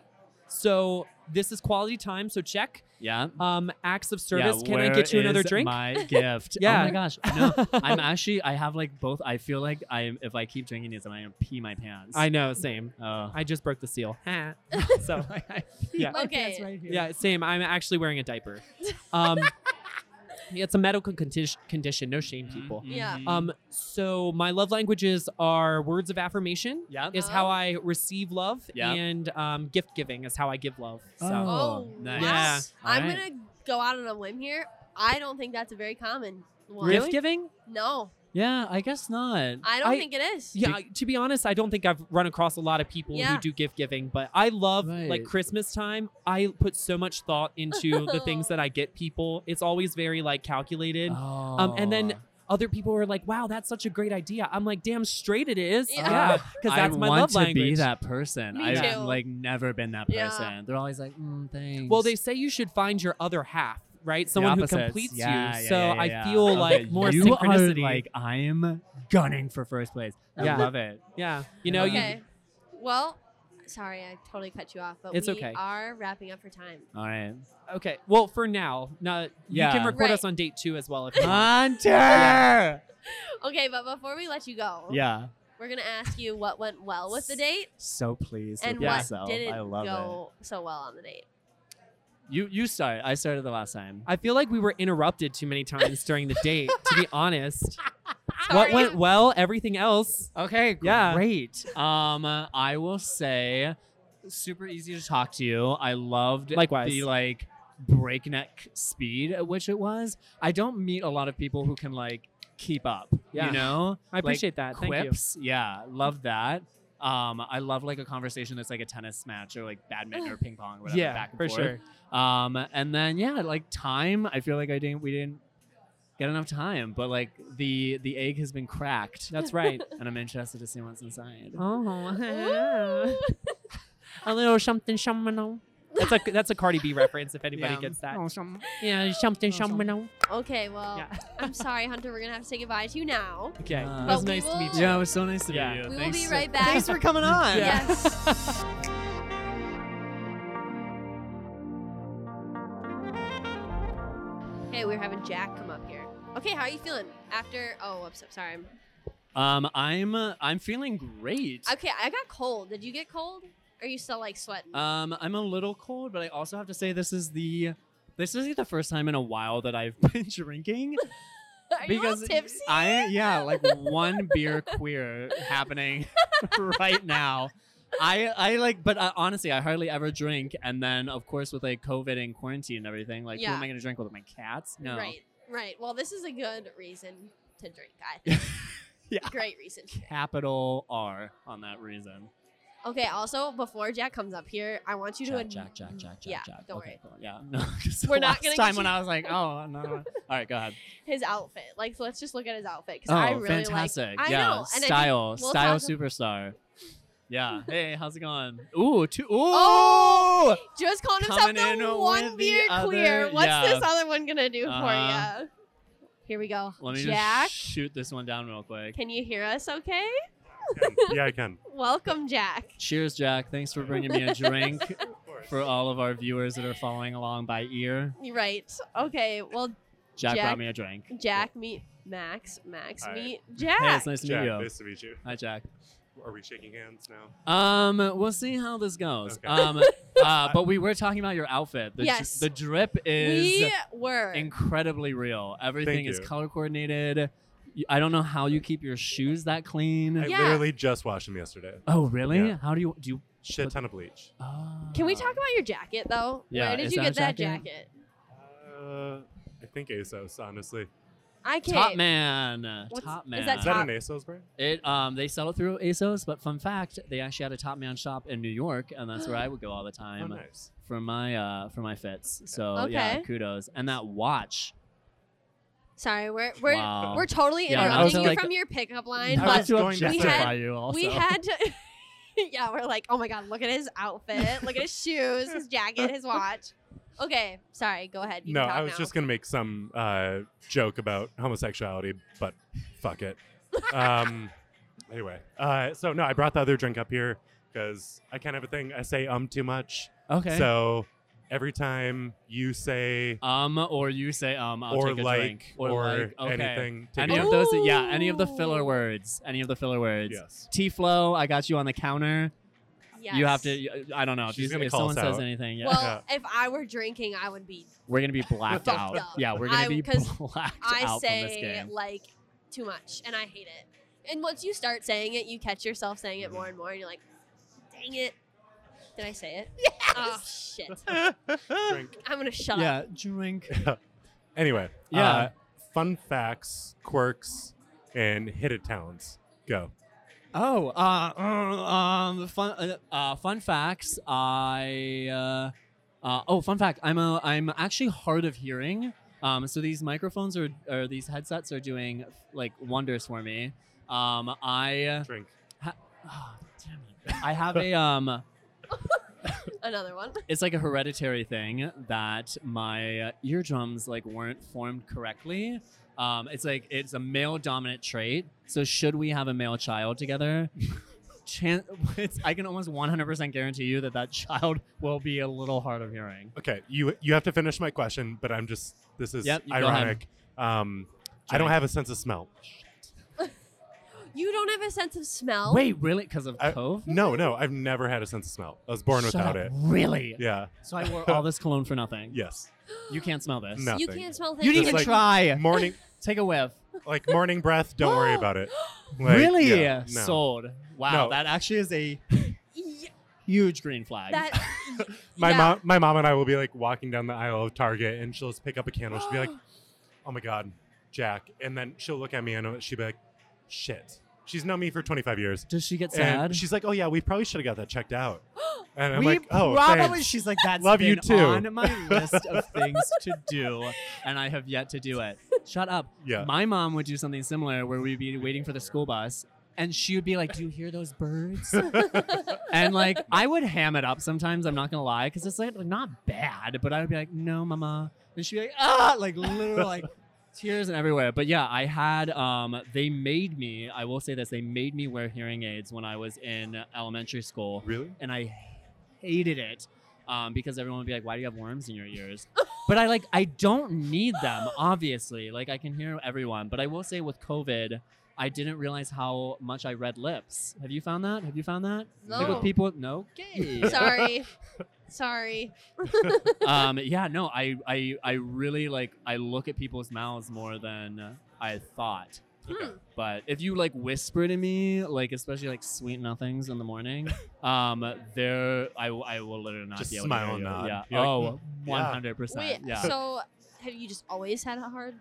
S5: So this is quality time, so check.
S3: yeah
S5: Um, acts of service.
S3: Yeah,
S5: Can I
S3: where
S5: get you another
S3: is
S5: drink?
S3: My gift.
S5: Yeah.
S3: Oh my gosh. No, I'm actually. I have like both. I feel like I'm. If I keep drinking these, I'm gonna pee my pants.
S5: I know, same.
S3: Oh.
S5: I just broke the seal. Ha. so
S3: yeah.
S5: yeah.
S1: my Okay. pants
S3: right here.
S5: Yeah, same. I'm actually wearing a diaper. Um, yeah, it's a medical conti- condition. No shame,
S3: Mm-hmm.
S5: people.
S1: Yeah.
S5: Um, so my love languages are words of affirmation.
S3: Yeah.
S5: Is how I receive love
S3: Yeah.
S5: and um, gift giving is how I give love. So
S1: Oh,
S3: nice.
S5: Yeah.
S1: I'm
S3: Alright.
S1: gonna go out on a limb here. I don't think that's a very common one.
S5: Really?
S3: Gift giving?
S1: No,
S3: Yeah, I guess not.
S1: Oh, I don't
S5: I-
S1: think it is.
S5: Yeah, to be honest, I don't think I've run across a lot of people who
S1: Yeah.
S5: do gift giving, but I love like
S3: Right.
S5: Christmas time. I put so much thought into the things that I get people. It's always very like calculated.
S3: oh.
S5: and then- Other people are like, "Wow, that's such a great idea." I'm like, "Damn straight it is."
S1: Yeah.
S5: Yeah, because that's
S3: I
S5: my
S3: want
S5: love
S3: to
S5: language.
S3: be that person.
S1: Me
S3: I've
S1: too.
S3: like never been that
S1: Yeah.
S3: person. They're always like, mm, thanks.
S5: Well, they say you should find your other half, right? Someone who
S3: opposites.
S5: completes
S3: Yeah,
S5: you.
S3: yeah,
S5: so
S3: yeah, yeah,
S5: I
S3: yeah.
S5: feel
S3: Okay,
S5: like more
S3: you
S5: synchronicity.
S3: Are like I am gunning for first place. I
S5: Yeah.
S3: love it.
S5: yeah, you know,
S1: Okay.
S5: you
S1: Well, sorry, I totally cut you off, but
S5: It's
S1: we
S5: okay.
S1: are wrapping up for time.
S3: All right.
S5: okay. Well, for now, no, you
S3: Yeah.
S5: can record
S1: Right.
S5: us on date two as well if you want.
S3: Hunter.
S1: Okay, but before we let you go,
S3: Yeah.
S1: we're gonna ask you what went well with the date
S3: So pleased
S1: and
S3: with
S1: what
S3: myself.
S1: didn't
S3: I love
S1: go so well on the date.
S3: it. You you start. I started the last time.
S5: I feel like we were interrupted too many times during the date, to be honest.
S3: What went well? Everything else.
S5: Okay,
S3: Yeah.
S5: great. Um, uh, I will say, super easy to talk to you. I loved
S3: Likewise.
S5: the like breakneck speed at which it was. I don't meet a lot of people who can like keep up.
S3: Yeah.
S5: You know,
S3: I appreciate that. Thank you.
S5: quips. Yeah, love that. Um, I love like a conversation that's like a tennis match or like badminton or ping pong or whatever.
S3: yeah,
S5: back and
S3: for
S5: forth.
S3: sure.
S5: Um, and then yeah, like time. I feel like I didn't. We didn't get enough time, but like the the egg has been cracked.
S3: That's right.
S5: and I'm interested to see what's inside.
S3: Oh, a little something shamanal. That's a that's a Cardi B reference. If anybody
S5: Yeah.
S3: gets that,
S5: Oh, some-
S3: yeah, something
S5: Oh, some-
S3: shamanal.
S1: Okay, well,
S3: Yeah.
S1: I'm sorry, Hunter. We're gonna have to say goodbye to you now.
S3: Okay,
S5: Uh,
S3: it was
S1: But we
S3: nice to meet
S1: will-
S3: you.
S5: Yeah, it was so nice to
S3: Yeah.
S5: meet you.
S1: We will
S5: Thanks.
S1: be right back.
S5: Thanks for coming on.
S3: Yeah.
S1: Yes. hey, we're having Jack come up here. Okay, how are you feeling after? Oh, I'm so sorry. I'm-
S5: Um, I'm uh, I'm feeling great.
S1: Okay, I got cold. Did you get cold? Are you still like sweating?
S5: Um, I'm a little cold, but I also have to say this is the this is like the first time in a while that I've been drinking.
S1: are you a little tipsy?
S5: I yeah, like one beer queer happening right now. I I like, but I, honestly, I hardly ever drink. And then of course with like COVID and quarantine and everything, like who
S1: Yeah.
S5: am I gonna drink with? My cats? No.
S1: Right, right. Well, this is a good reason to drink. I think.
S5: Yeah.
S1: Great reason.
S5: Capital R on that reason.
S1: Okay. Also, before Jack comes up here, I want you to.
S5: Jack,
S1: ad-
S5: Jack, Jack, Jack, Jack,
S1: Mm-hmm. yeah,
S5: Jack.
S1: don't
S5: okay,
S1: worry.
S5: cool. Yeah, no. 'cause the
S1: We're not
S5: last
S1: gonna get
S5: time when
S1: you-
S5: I was like, oh no. All right, go ahead.
S1: His outfit. Like, let's just look at his outfit because
S5: oh,
S1: I really
S5: fantastic.
S1: like. I
S5: yeah,
S1: know, and I think
S5: style,
S1: we'll
S5: style
S1: talk ab-
S5: superstar. Yeah. Hey, how's it going? Ooh, two. Ooh.
S1: Oh! Just calling himself
S5: Coming
S1: the
S5: in
S1: one
S5: with the
S1: beer
S5: other-
S1: clear. What's
S5: yeah.
S1: this other one gonna do
S5: Uh-huh.
S1: for you? Here we go.
S5: Let me
S1: Jack,
S5: just shoot this one down real quick.
S1: can you hear us? Okay.
S6: yeah, I can.
S1: Welcome, Jack.
S5: Cheers, Jack. Thanks for bringing me a drink
S6: Of course.
S5: for all of our viewers that are following along by ear.
S1: You're right. Okay. Well,
S5: Jack,
S1: Jack.
S5: brought me a drink.
S1: Jack meet Max. Max
S6: Hi.
S1: meet
S5: Hey,
S1: Jack.
S5: it's nice to
S6: Jack,
S5: meet you.
S6: nice to meet you.
S5: Hi, Jack.
S6: Are we shaking hands now?
S5: Um, we'll see how this goes.
S6: Okay.
S5: Um, uh, but we were talking about your outfit. The, dr-
S1: Yes.
S5: the drip is
S1: we were.
S5: incredibly real. Everything
S6: Thank
S5: is
S6: you.
S5: color coordinated. You- I don't know how you keep your shoes that clean.
S6: I
S1: Yeah.
S6: literally just washed them yesterday.
S5: oh, really?
S6: Yeah.
S5: How do you do? You,
S6: Shit ton of bleach.
S5: oh.
S1: Can we talk about your jacket though?
S5: Yeah,
S1: Where did
S5: is
S1: you
S5: that a
S1: get that
S5: jacket?
S1: jacket?
S6: Uh, I think ASOS, honestly.
S1: I can't.
S5: Top man,
S1: What's-
S5: top
S1: is
S5: man.
S1: that
S6: Is
S1: Top-
S6: that an ASOS brand?
S5: It um they sell it through ASOS, but fun fact, they actually had a Top Man shop in New York, and that's where I would go all the
S6: Oh,
S5: time
S6: nice.
S5: for my uh for my fits. So yeah,
S1: Okay.
S5: kudos. And that watch.
S1: Sorry, we're we're
S5: Wow.
S1: we're totally
S5: Yeah, I
S1: interrupting
S5: was
S1: you
S5: like-
S1: from your pickup line,
S6: I
S5: How
S1: but
S6: was
S5: to
S6: going to
S5: objectify
S1: say-
S5: you also.
S1: we had to. yeah, we're like, oh my god, look at his outfit, look at his shoes, his jacket, his watch. Okay, sorry, go ahead. You
S6: No,
S1: can talk
S6: I was
S1: now.
S6: just gonna make some uh, joke about homosexuality, but fuck it. Um, anyway, uh, so no, I brought the other drink up here because I kind of have a thing. I say um too much,
S5: okay.
S6: so every time you say
S5: um or you say um I'll
S6: or
S5: take a
S6: like
S5: drink
S6: or,
S5: like, okay.
S6: anything, take
S5: Any
S6: a
S5: of
S6: drink.
S5: those yeah, any of the filler
S1: Ooh.
S5: words. Any of the filler words.
S6: yes.
S5: T flow, I got you on the counter.
S1: Yes.
S5: You have to I don't know if,
S6: She's
S5: you,
S6: gonna
S5: if
S6: call
S5: someone
S6: us
S5: says
S6: out.
S5: anything, yeah.
S1: Well, if I were drinking, I would be.
S5: we're gonna be blacked
S1: fucked
S5: out.
S1: up.
S5: Yeah, we're gonna
S1: I-
S5: be
S1: 'cause
S5: blacked
S1: I
S5: out from this
S1: say
S5: game.
S1: like too much, and I hate it. And once you start saying it, you catch yourself saying it
S5: Mm-hmm.
S1: more and more, and you're like, dang it, did I say it? Oh shit!
S6: Drink.
S1: I'm gonna shut up.
S5: Ah, yeah, drink.
S6: Anyway,
S5: Yeah.
S6: uh, fun facts, quirks, and hit it talents. Go.
S5: Oh, uh, um, fun, uh, uh, fun facts. I, uh, uh, oh, fun fact. I'm a, I'm actually hard of hearing. Um, so these microphones are, or these headsets are doing like wonders for me. Um, I,
S6: Drink.
S5: oh, damn it. I have a, um,
S1: Another one.
S5: it's like a hereditary thing that my uh, eardrums like weren't formed correctly. Um, it's like it's a male dominant trait. So should we have a male child together? Chan- it's, I can almost 100% guarantee you that that child will be a little hard of hearing.
S6: Okay, you you have to finish my question, but I'm just this is
S5: Yep, you go ahead.
S6: ironic. Um, I don't
S5: Drink.
S6: have a sense of smell.
S1: You don't have a sense of smell.
S5: Wait, really? Because of
S6: I-
S5: Cove?
S6: No, no, I've never had a sense of smell. I was born
S5: Shut
S6: without
S5: up.
S6: it.
S5: Really?
S6: Yeah.
S5: So I wore all this cologne for nothing.
S6: Yes.
S5: You can't smell this.
S6: No.
S1: You
S6: nothing.
S1: can't smell things.
S5: You need
S6: Just
S5: to
S6: like-
S5: try.
S6: Morning.
S5: Take a whiff.
S6: Like morning breath, don't worry about it. Like,
S5: really?
S6: yeah, no.
S5: Sold. Wow,
S6: No.
S5: that actually is a
S1: Yeah,
S5: huge green flag.
S1: that,
S6: my
S1: yeah.
S6: mom, my mom and I will be like walking down the aisle of Target, and she'll just pick up a candle. She'll be like, "Oh my god, Jack," and then she'll look at me and she'll be like, "Shit." She's known me for 25 years.
S5: Does she get
S6: And
S5: sad?
S6: she's like, "Oh yeah, we probably should have got that checked out." And I'm
S5: we
S6: like, "Oh,
S5: probably.
S6: thanks."
S5: She's like, that's
S6: Love
S5: been
S6: you too."
S5: on my list of things to do, and I have yet to do it. Shut up.
S6: yeah."
S5: My mom would do something similar where we'd be waiting for the school bus and she would be like, Do you hear those birds? and like, I would ham it up sometimes, I'm not gonna lie, because it's like not bad, but I would be like, No, mama. And she'd be like, Ah, like literal, like tears and everywhere. But yeah, I had, um, they made me, I will say this, they made me wear hearing aids when I was in elementary school
S6: really?
S5: and I hated it um, because everyone would be like, "Why do you have worms in your ears?" but I like I don't need them. Obviously, like I can hear everyone. But I will say with COVID, I didn't realize how much I read lips. Have you found that? Have you found that? Like
S1: No.
S5: with people, no. Okay.
S1: Oh, sorry. Sorry.
S5: um, yeah, no. I, I I really like I look at people's mouths more than I thought.
S1: Hmm.
S5: But if you like whisper to me, like especially like sweet nothings in the morning, um, there I, w- I will literally not
S6: Just
S5: be able
S6: smile
S5: to hear
S6: and
S5: you.
S6: nod.
S5: Yeah.
S6: You're like,
S5: oh,
S6: "Mm,
S5: one
S6: yeah."
S5: hundred
S1: Wait,
S5: percent. Yeah.
S1: so have you just always had a hard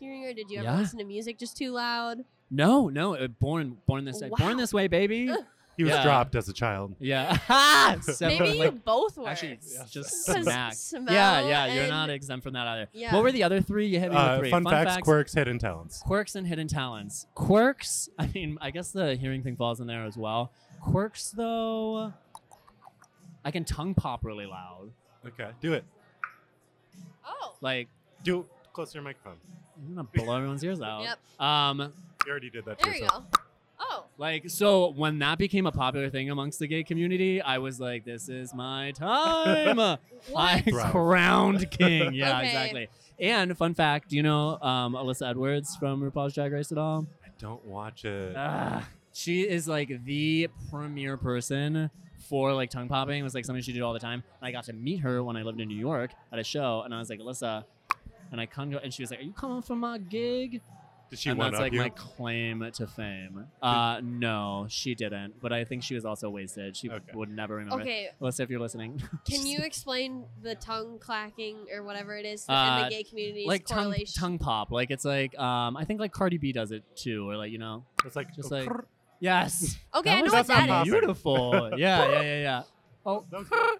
S1: hearing or did you ever
S5: Yeah.
S1: listen to music just too loud?
S5: no, no. uh, Born, born this way.
S1: Wow.
S5: Born this way, baby.
S6: He was
S5: Yeah.
S6: dropped as a child.
S5: yeah. Ah, So,
S1: Maybe you
S5: like,
S1: both were.
S5: actually it's just
S1: Because
S5: smack.
S1: smell
S5: Yeah, yeah. You're
S1: and-
S5: not exempt from that either.
S1: Yeah.
S5: What were the other three? You hit me
S6: Uh,
S5: with three.
S6: fun, facts,
S5: facts,
S6: quirks, hidden talents.
S5: Quirks and hidden talents. Quirks, I mean, I guess the hearing thing falls in there as well. Quirks, though, I can tongue pop really loud.
S6: Okay, do it.
S1: Oh.
S5: Like,
S6: Do closer to your microphone.
S5: I'm gonna blow everyone's ears out.
S1: Yep.
S5: Um,
S6: You already did that. to
S1: There you
S6: yourself.
S1: go. Oh.
S5: like, so when that became a popular thing amongst the gay community, I was like, this is my time. I
S1: What?
S6: Thrive.
S5: crowned king. Yeah,
S1: Okay.
S5: exactly. And fun fact, do you know um, Alyssa Edwards from RuPaul's Drag Race at all?
S6: I don't watch it.
S5: Ah, she is like the premier person for like tongue popping. It was like something she did all the time. And I got to meet her when I lived in New York at a show, and I was like, Alyssa, and I can and she was like, Are you coming for my gig?
S6: Did she
S5: and
S6: one
S5: that's
S6: up
S5: like
S6: you?
S5: my claim to fame. Uh, no, she didn't. But I think she was also wasted. She
S6: Okay.
S5: would never remember.
S1: Okay.
S5: Alyssa, if you're listening,
S1: Can you explain the tongue clacking or whatever it is in
S5: Uh,
S1: the gay community's
S5: like tongue,
S1: correlation?
S5: tongue pop? Like it's like um, I think like Cardi B does it too, or like you know,
S6: It's like oh,
S5: just like- yes,
S1: okay, I know
S5: was
S1: what
S6: that's
S1: that
S6: not
S1: is.
S5: Beautiful. yeah, yeah, yeah, yeah.
S6: oh,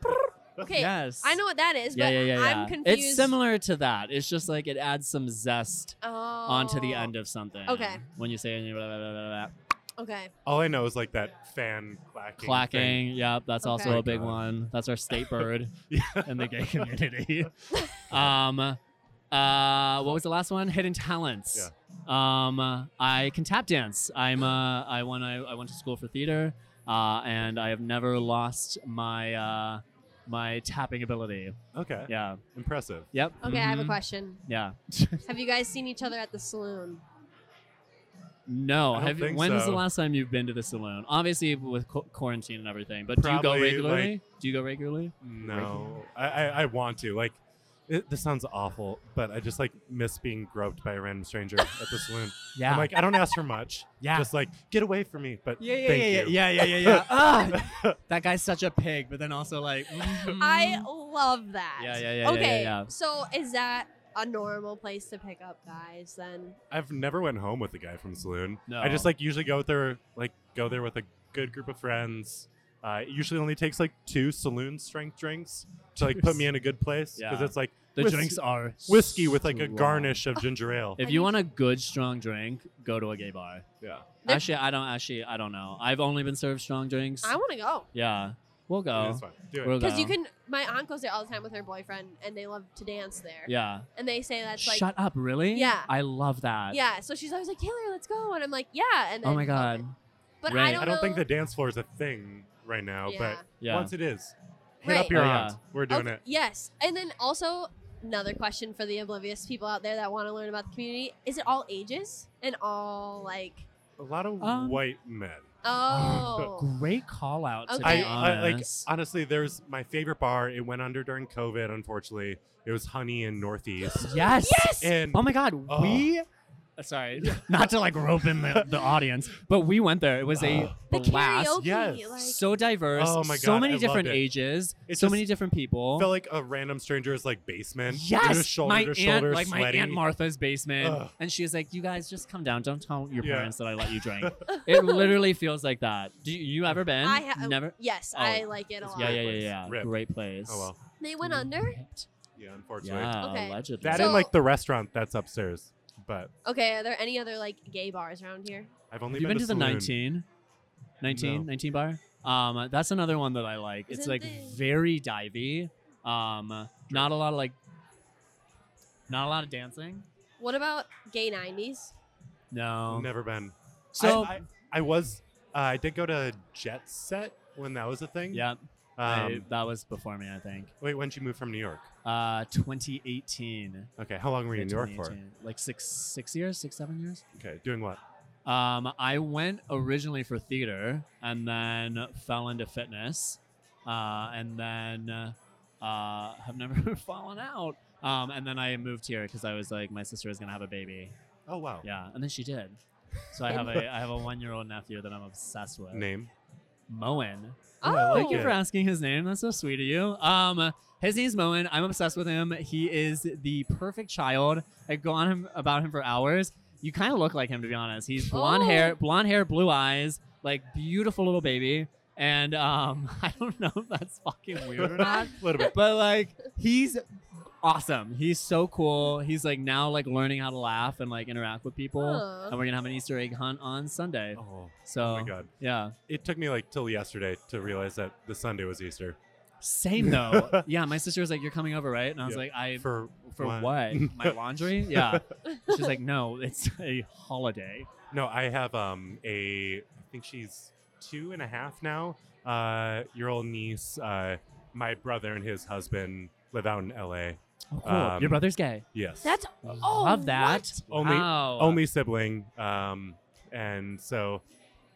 S1: Okay,
S5: yes.
S1: I know what that is,
S5: Yeah,
S1: but
S5: yeah, yeah, yeah.
S1: I'm confused.
S5: It's similar to that. It's just like it adds some zest
S1: oh.
S5: onto the end of something.
S1: Okay.
S5: When you say it, blah, blah, blah, blah, blah.
S1: Okay.
S6: all I know is like that fan clacking. thing.
S5: clacking. Yep, that's
S1: Okay.
S5: also a big
S6: God.
S5: one. That's our state bird
S6: Yeah.
S5: in the gay community. um, uh, what was the last one? Hidden talents.
S6: Yeah.
S5: Um, I can tap dance. I'm. Uh, I went. I, I went to school for theater, uh, and I have never lost my uh, my tapping ability.
S6: Okay,
S5: Yeah.
S6: impressive.
S5: Yep.
S1: Okay, I have a
S5: Mhm.
S1: question.
S5: Yeah.
S1: Have you guys seen each other at the saloon?
S5: No.
S6: I don't
S5: Have you,
S6: think
S5: when was the
S6: so.
S5: last time you've been to the saloon? Obviously with qu- quarantine and everything, but do you
S6: Probably,
S5: go regularly? do you go regularly?
S6: No, I, I, I want to. Like, it, this sounds awful, but I just like miss being groped by a random stranger at the saloon.
S5: Yeah.
S6: I'm like, I don't ask for much.
S5: yeah.
S6: Just like, get away from me. But
S5: yeah, yeah,
S6: thank
S5: yeah,
S6: you.
S5: yeah, yeah, yeah, yeah. Ah, that guy's such a pig, but then also like, mhm.
S1: I love that.
S5: Yeah, yeah, yeah, yeah,
S1: Okay,
S5: yeah, yeah.
S1: so is that a normal place to pick up guys then?
S6: I've never went home with a guy from saloon.
S5: No.
S6: I just like usually go there, like go there with a good group of friends. Uh, it usually only takes like two saloon strength drinks to like put me in a good place because
S5: Yeah.
S6: it's like
S5: the
S6: whis-
S5: drinks are
S6: whiskey with like a
S5: strong.
S6: garnish of ginger ale.
S5: If you want a good strong drink, go to a gay bar.
S6: yeah,
S1: There-
S5: Actually, I don't. Actually, I don't know. I've only been served strong drinks.
S1: I want to go.
S5: yeah, we'll
S6: Yeah,
S5: go.
S6: that's fine. Do it.
S5: We'll
S1: Because you
S5: go.
S1: can, my aunt goes there all the time with her boyfriend, and they love to dance there.
S5: Yeah.
S1: And they say that's like,
S5: Shut up, really?
S1: Yeah.
S5: I love that.
S1: yeah. So she's always like, Taylor, let's go, and I'm like, yeah. And then
S5: Oh my god.
S1: But I
S5: Right.
S1: don't.
S6: I don't think
S1: know-
S6: the dance floor is a thing right now,
S1: Yeah.
S6: but
S5: Yeah.
S6: once it is, hit
S1: Right.
S6: up your
S5: Oh, yeah.
S6: aunt. We're doing
S1: Okay,
S6: it.
S1: Yes, and then also another question for the oblivious people out there that want to learn about the community: Is it all ages and all like?
S6: A lot of
S5: Um,
S6: white men.
S1: Oh,
S5: Great call out. To
S1: Okay.
S6: I,
S5: be
S6: I like
S5: honest.
S6: honestly, there's my favorite bar. It went under during COVID, unfortunately. It was Honey in Northeast.
S5: yes.
S6: And
S5: Oh my god,
S6: Oh.
S5: we uh, sorry, not to like rope in the, the audience, but we went there. It was a
S1: The
S5: blast.
S1: karaoke,
S6: yes.
S1: like
S5: So diverse.
S6: Oh my
S5: So
S6: God, I
S5: many
S6: loved
S5: different
S6: it.
S5: ages.
S6: It's
S5: so
S6: just-
S5: many different people.
S6: felt like a random stranger's like basement. You're just
S5: Oh. Yes,
S6: shoulder
S5: my
S6: to
S5: aunt,
S6: shoulder,
S5: like my
S6: sweaty.
S5: aunt Martha's basement,
S6: Ugh.
S5: and she was like, "You guys just come down. Don't tell your
S6: Yeah.
S5: parents that I let you drink." it literally feels like that. Do you, you ever been?
S1: I have
S5: never.
S1: Yes,
S5: Oh.
S1: I like it a lot.
S5: Yeah, yeah, yeah, yeah.
S6: Rip.
S5: Great place.
S6: Oh well.
S1: They went under.
S6: Yeah, unfortunately.
S5: Yeah,
S1: Okay.
S5: allegedly.
S6: That
S1: So-
S6: and like the restaurant that's upstairs. But
S1: Okay, are there any other like gay bars around here?
S6: I've only
S5: Have you been to the
S6: Saloon.
S5: 19? 19?
S6: No.
S5: 19 bar? Um, that's another one that I like. it's
S1: Isn't
S5: like
S1: it-
S5: very divey. Um, not a lot of like, not a lot of dancing.
S1: What about gay '90s?
S5: No.
S6: Never been.
S5: So
S6: I, I, I was. Uh, I did go to Jet Set when that was a thing.
S5: yeah, I,
S6: Um,
S5: that was before me, I think.
S6: wait, when did you move from New York?
S5: Uh, 2018.
S6: Okay, how long were you
S5: Yeah,
S6: in New York for?
S5: 2018. Like six, six years, six, seven years.
S6: Okay, doing what?
S5: Um, I went originally for theater and then fell into fitness, uh, and then uh, have never fallen out. Um, and then I moved here because I was like, my sister is gonna have a baby.
S6: Oh wow.
S5: Yeah, and then she did. So I have a I have a one year old nephew that I'm obsessed with.
S6: Name.
S5: Moen.
S6: Oh, I like
S5: Thank you
S6: it.
S5: for asking his name. That's so sweet of you. Um, his name's Moen. I'm obsessed with him. He is the perfect child. I go on him about him for hours. You kind of look like him, to be honest. He's blonde
S1: Oh.
S5: hair, blonde hair, blue eyes, like beautiful little baby. And um, I don't know if that's fucking weird or not,
S6: a little bit.
S5: but like he's awesome. He's so cool. He's like now like learning how to laugh and like interact with people.
S1: Huh.
S5: And we're gonna have an Easter egg hunt on Sunday.
S6: Oh,
S5: So
S6: oh my god.
S5: yeah.
S6: It took me like till yesterday to realize that the Sunday was Easter.
S5: Same though. yeah, my sister was like, "You're coming over, right?" And I was
S6: Yeah.
S5: like, "I for,
S6: For
S5: what?
S6: one-
S5: My laundry?" Yeah. She's like, "No, it's a holiday."
S6: No, I have um a I think she's two and a half now. Uh, your old niece. Uh, my brother and his husband live out in L.A.
S5: Oh, cool.
S6: Um,
S5: Your brother's gay.
S6: Yes,
S1: That's oh,
S5: Love that.
S6: what? Only-
S5: Wow.
S6: only sibling. Um, and so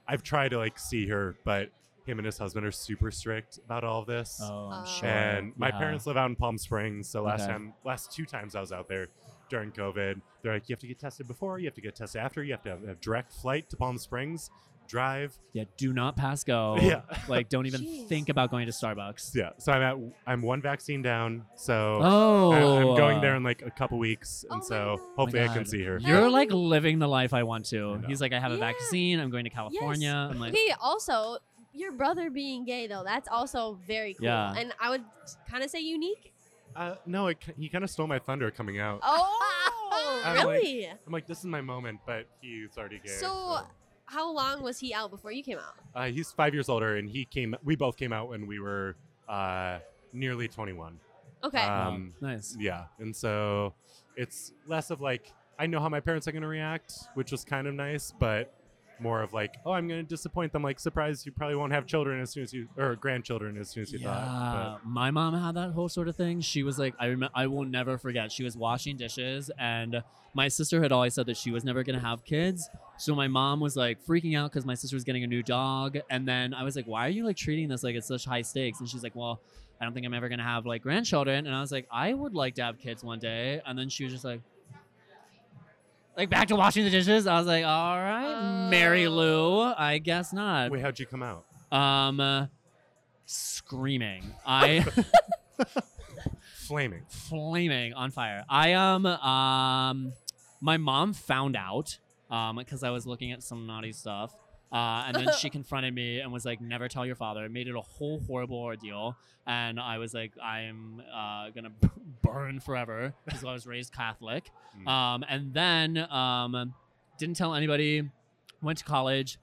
S6: I've tried to like see her, but him and his husband are super strict about all of this.
S5: Oh, I'm
S1: Uh,
S5: sure.
S6: And my
S5: Yeah.
S6: parents live out in Palm Springs, so last
S5: Okay.
S6: time, last two times I was out there during COVID, they're like, you have to get tested before, you have to get tested after, you have to have a direct flight to Palm Springs, drive.
S5: Yeah. Do not pass go.
S6: Yeah.
S5: Like, don't even
S1: Jeez.
S5: think about going to Starbucks.
S6: Oh. Yeah, so I'm at, I'm one vaccine down, so
S5: Oh.
S6: I- I'm going there in like a couple weeks,
S1: Oh
S6: and
S1: my
S6: so
S1: God. Oh my
S6: hopefully I can
S5: God.
S6: see her.
S1: Yeah.
S5: You're like living the life I want
S6: I
S5: to.
S6: know.
S5: He's like, I have a
S1: Yeah.
S5: vaccine. I'm going to California. I'm like,
S1: okay, also your brother being gay though, that's also very cool.
S5: Yeah.
S1: And I would kind of say unique.
S6: Uh, no, it, he kind of stole my thunder coming out.
S1: Oh,
S6: I'm like-
S1: really?
S6: I'm like, this is my moment, but he's already gay.
S1: So- How long was he out before you came out?
S6: Uh, he's five years older, and he came. We both came out when we were uh, nearly 21.
S1: Okay.
S6: Uh,
S5: wow,
S6: um,
S5: "Oh, nice.
S6: Yeah, and so it's less of like I know how my parents are going to react, which was kind of nice, but more of like, oh, I'm going to disappoint them. Like, surprise, you probably won't have children as soon as you or grandchildren as soon as you
S5: yeah.
S6: thought.
S5: My mom had that whole sort of thing. She was like, I remember, I will never forget. She was washing dishes, and my sister had always said that she was never gonna have kids. So my mom was like freaking out because my sister was getting a new dog, and then I was like, Why are you like treating this like it's such high stakes? And she's like, Well, I don't think I'm ever gonna have like grandchildren. And I was like, I would like to have kids one day. And then she was just like. Like back to washing the dishes, I was like, "All right, Mary
S1: Oh.
S5: Lou, I guess not."
S6: But wait, how'd you come out?
S5: Um, uh, screaming. I
S6: Flaming.
S5: flaming on fire. I um um, my mom found out um because I was looking at some naughty stuff. Uh, and then she confronted me and was like, "Never tell your father." It made it a whole horrible ordeal, and I was like, "I'm uh, gonna b- burn forever" because I was raised Catholic.
S6: Mm.
S5: Um, and then um, didn't tell anybody. Went to college,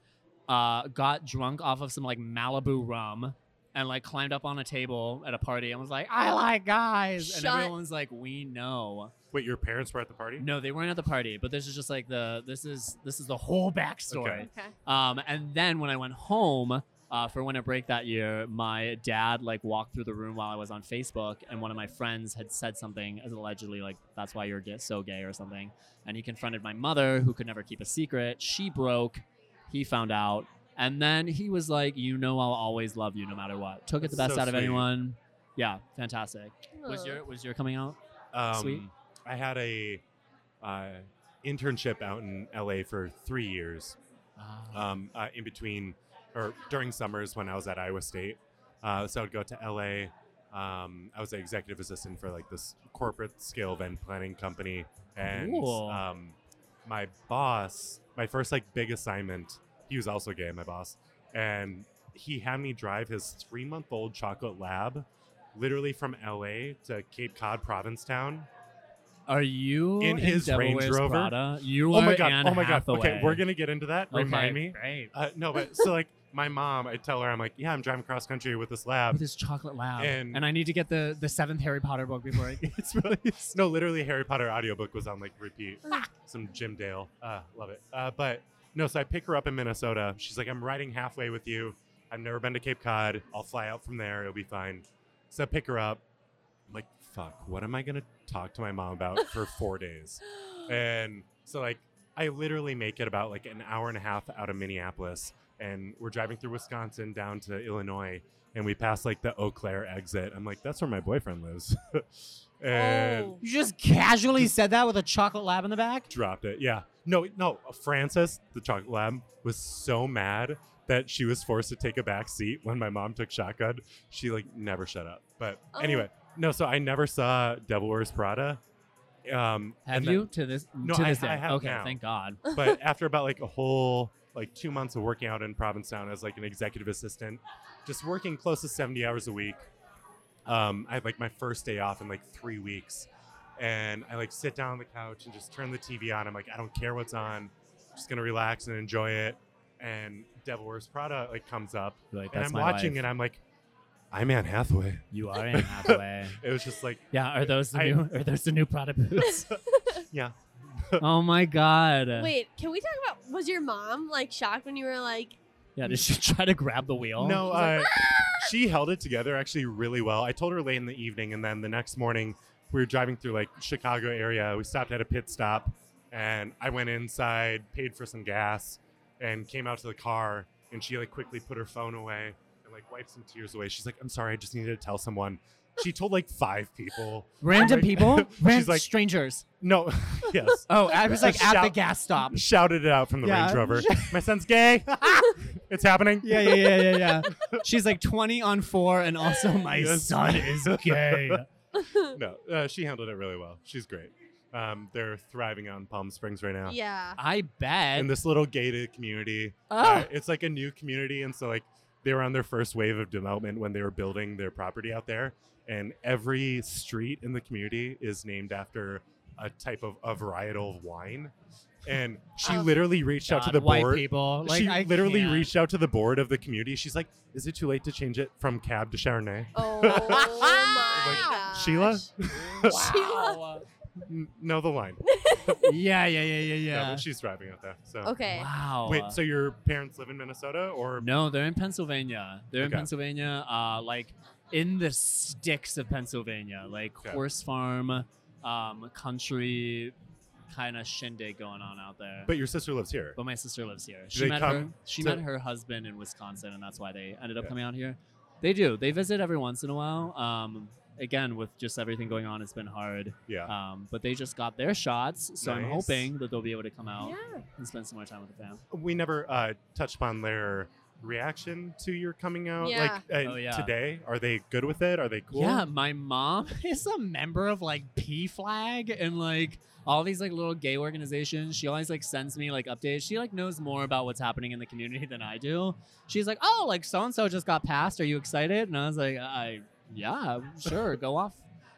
S5: uh, got drunk off of some like Malibu rum, and like climbed up on a table at a party and was like, "I like guys," and
S1: Shut-
S5: everyone's like, "We know."
S6: Wait, your parents were at the party?
S5: No, they weren't at the party, but this is just like the this is this is the whole backstory.
S6: Okay.
S1: okay.
S5: Um, and then when I went home uh, for winter break that year, my dad like walked through the room while I was on Facebook, and one of my friends had said something as allegedly like that's why you're ga- so gay or something. And he confronted my mother, who could never keep a secret. She broke. He found out, and then he was like, "You know, I'll always love you no matter what." Took it the
S6: That's
S5: best
S6: so
S5: out of
S6: sweet.
S5: anyone. Yeah, fantastic. Was
S1: Oh.
S5: your was your coming out?
S6: Um,
S5: Sweet.
S6: I had a uh, internship out in LA for three years um, uh, in between or during summers when I was at Iowa State. Uh, so I would go to LA. Um, I was an executive assistant for like this corporate scale event planning company, and
S5: Cool.
S6: um, my boss, my first like big assignment, he was also gay, my boss, and he had me drive his three month old chocolate lab, literally from LA to Cape Cod, Provincetown.
S3: Are you
S6: In his
S3: Devil
S6: Range
S3: Wears
S6: Rover?
S3: Prada? You
S6: oh
S3: are
S6: my god!
S3: Anne
S6: oh my god!
S3: Hathaway.
S6: Okay, we're gonna get into that.
S3: Okay,
S6: Remind me.
S3: Great.
S6: Uh, no, but so like my mom, I tell her I'm like, yeah, I'm driving cross country with this
S3: With
S6: lab.
S3: his chocolate lab,
S6: Um, And-
S3: and, I need to get the the seventh Harry Potter book before I.
S6: it's really no, literally Harry Potter audiobook was on like repeat. Ah, Some Jim Dale, uh, love it. Uh, but no, so I pick her up in Minnesota. She's like, I'm riding halfway with you. I've never been to Cape Cod. I'll fly out from there. It'll be fine. So I pick her up. I'm like, fuck, what am I gonna talk to my mom about for four days?
S1: Oh.
S6: And so like I literally make it about like an hour and a half out of Minneapolis and we're driving through Wisconsin down to Illinois and we pass like the Eau Claire exit. I'm like, that's where my boyfriend lives. and
S1: Oh.
S3: You just casually said that with a chocolate lab in the back.
S6: dropped it. Yeah. No, no, Frances, the chocolate lab, was so mad that she was forced to take a back seat when my mom took shotgun. She like never shut up. But
S1: Oh.
S6: anyway, no, so I never saw Devil Wears Prada. Um
S5: Have
S6: and then-
S5: you to this?
S6: No,
S5: to
S6: I-
S5: this
S6: I
S5: day.
S6: have
S5: okay,
S6: now.
S5: thank God.
S6: but after about like a whole like two months of working out in Provincetown as like an executive assistant, just working close to 70 hours a week, um, I had like my first day off in like three weeks. And I like sit down on the couch and just turn the TV on. I'm like, I don't care what's on. I'm just gonna relax and enjoy it. And Devil Wears Prada like comes up.
S3: You're like,
S6: and
S3: "That's
S6: I'm
S3: my
S6: watching
S3: life.
S6: and I'm like, I'm Anne Hathaway.
S3: You are Anne Hathaway.
S6: It was just like,
S3: yeah, are those the
S6: I-
S3: new? Are those the new Prada boots?
S6: yeah.
S5: Oh my God.
S1: Wait, can we talk about? Was your mom like shocked when you were like,
S3: Yeah, did she try to grab the wheel?
S6: No, uh, she held it together actually really well. I told her late in the evening, and then the next morning we were driving through like Chicago area. We stopped at a pit stop, and I went inside, paid for some gas, and came out to the car. And she like quickly put her phone away and like wiped some tears away. She's like, "I'm sorry, I just needed to tell someone." She told like five people.
S3: Random
S6: Like-
S3: people,
S6: She's
S3: random
S6: like-
S3: strangers.
S6: No, yes,
S3: Oh, I was like
S6: A
S3: at the
S6: shout-
S3: gas stop.
S6: shouted it out from the
S3: Yeah.
S6: Range Rover. My son's gay. it's happening.
S3: Yeah, yeah, yeah, yeah, yeah. She's like 20 on four, and also my
S6: Yes.
S3: son is gay.
S6: no, uh, she handled it really well. She's great. Um, they're thriving out in Palm Springs right now.
S1: yeah,
S5: I bet.
S6: In this little gated community.
S5: oh,
S6: Uh, it's like a new community. And so, like, they were on their first wave of development when they were building their property out there. And every street in the community is named after a type of a varietal of wine. And she
S1: Oh.
S6: literally reached out to
S3: God,
S6: the
S3: white
S6: board.
S3: people. Like,
S6: she
S3: I
S6: literally
S3: can't.
S6: reached out to the board of the community. She's like, "Is it too late to change it from cab to Chardonnay?"
S1: oh my
S6: Like,
S1: gosh,
S6: Sheila?
S5: wow.
S6: N- know the line.
S3: Yeah, yeah, yeah, yeah,
S6: No, but
S3: yeah.
S6: she's thriving out there. So
S1: Okay,
S5: Wow.
S6: Wait, so your parents live in Minnesota or
S5: no, they're in Pennsylvania. They're in
S6: Okay.
S5: Pennsylvania, uh, like in the sticks of Pennsylvania, like
S6: Okay.
S5: horse farm, um, country kind of shindig going on out there.
S6: but your sister lives here.
S5: But my sister lives here.
S6: Do
S5: She
S6: they
S5: met her.
S6: come
S5: She
S6: to-
S5: met her husband in Wisconsin, and that's why they ended up
S6: Yeah.
S5: coming out here. They do. They visit every once in a while. Um, again, with just everything going on, it's been hard.
S6: Yeah.
S5: Um, but they just got their shots, so I'm
S6: Nice.
S5: hoping that they'll be able to come out
S1: yeah,
S5: and spend some more time with the fam.
S6: We never uh touched upon their reaction to your coming out
S1: Yeah.
S6: like uh,
S5: Oh, yeah.
S6: today. Are they good with it? Are they cool?
S5: Yeah, my mom is a member of like P Flag and like all these like little gay organizations. She always like sends me like updates. She like knows more about what's happening in the community than I do. She's like, "Oh, like so and so just got passed. Are you excited?" And I was like, "I yeah, sure, go off."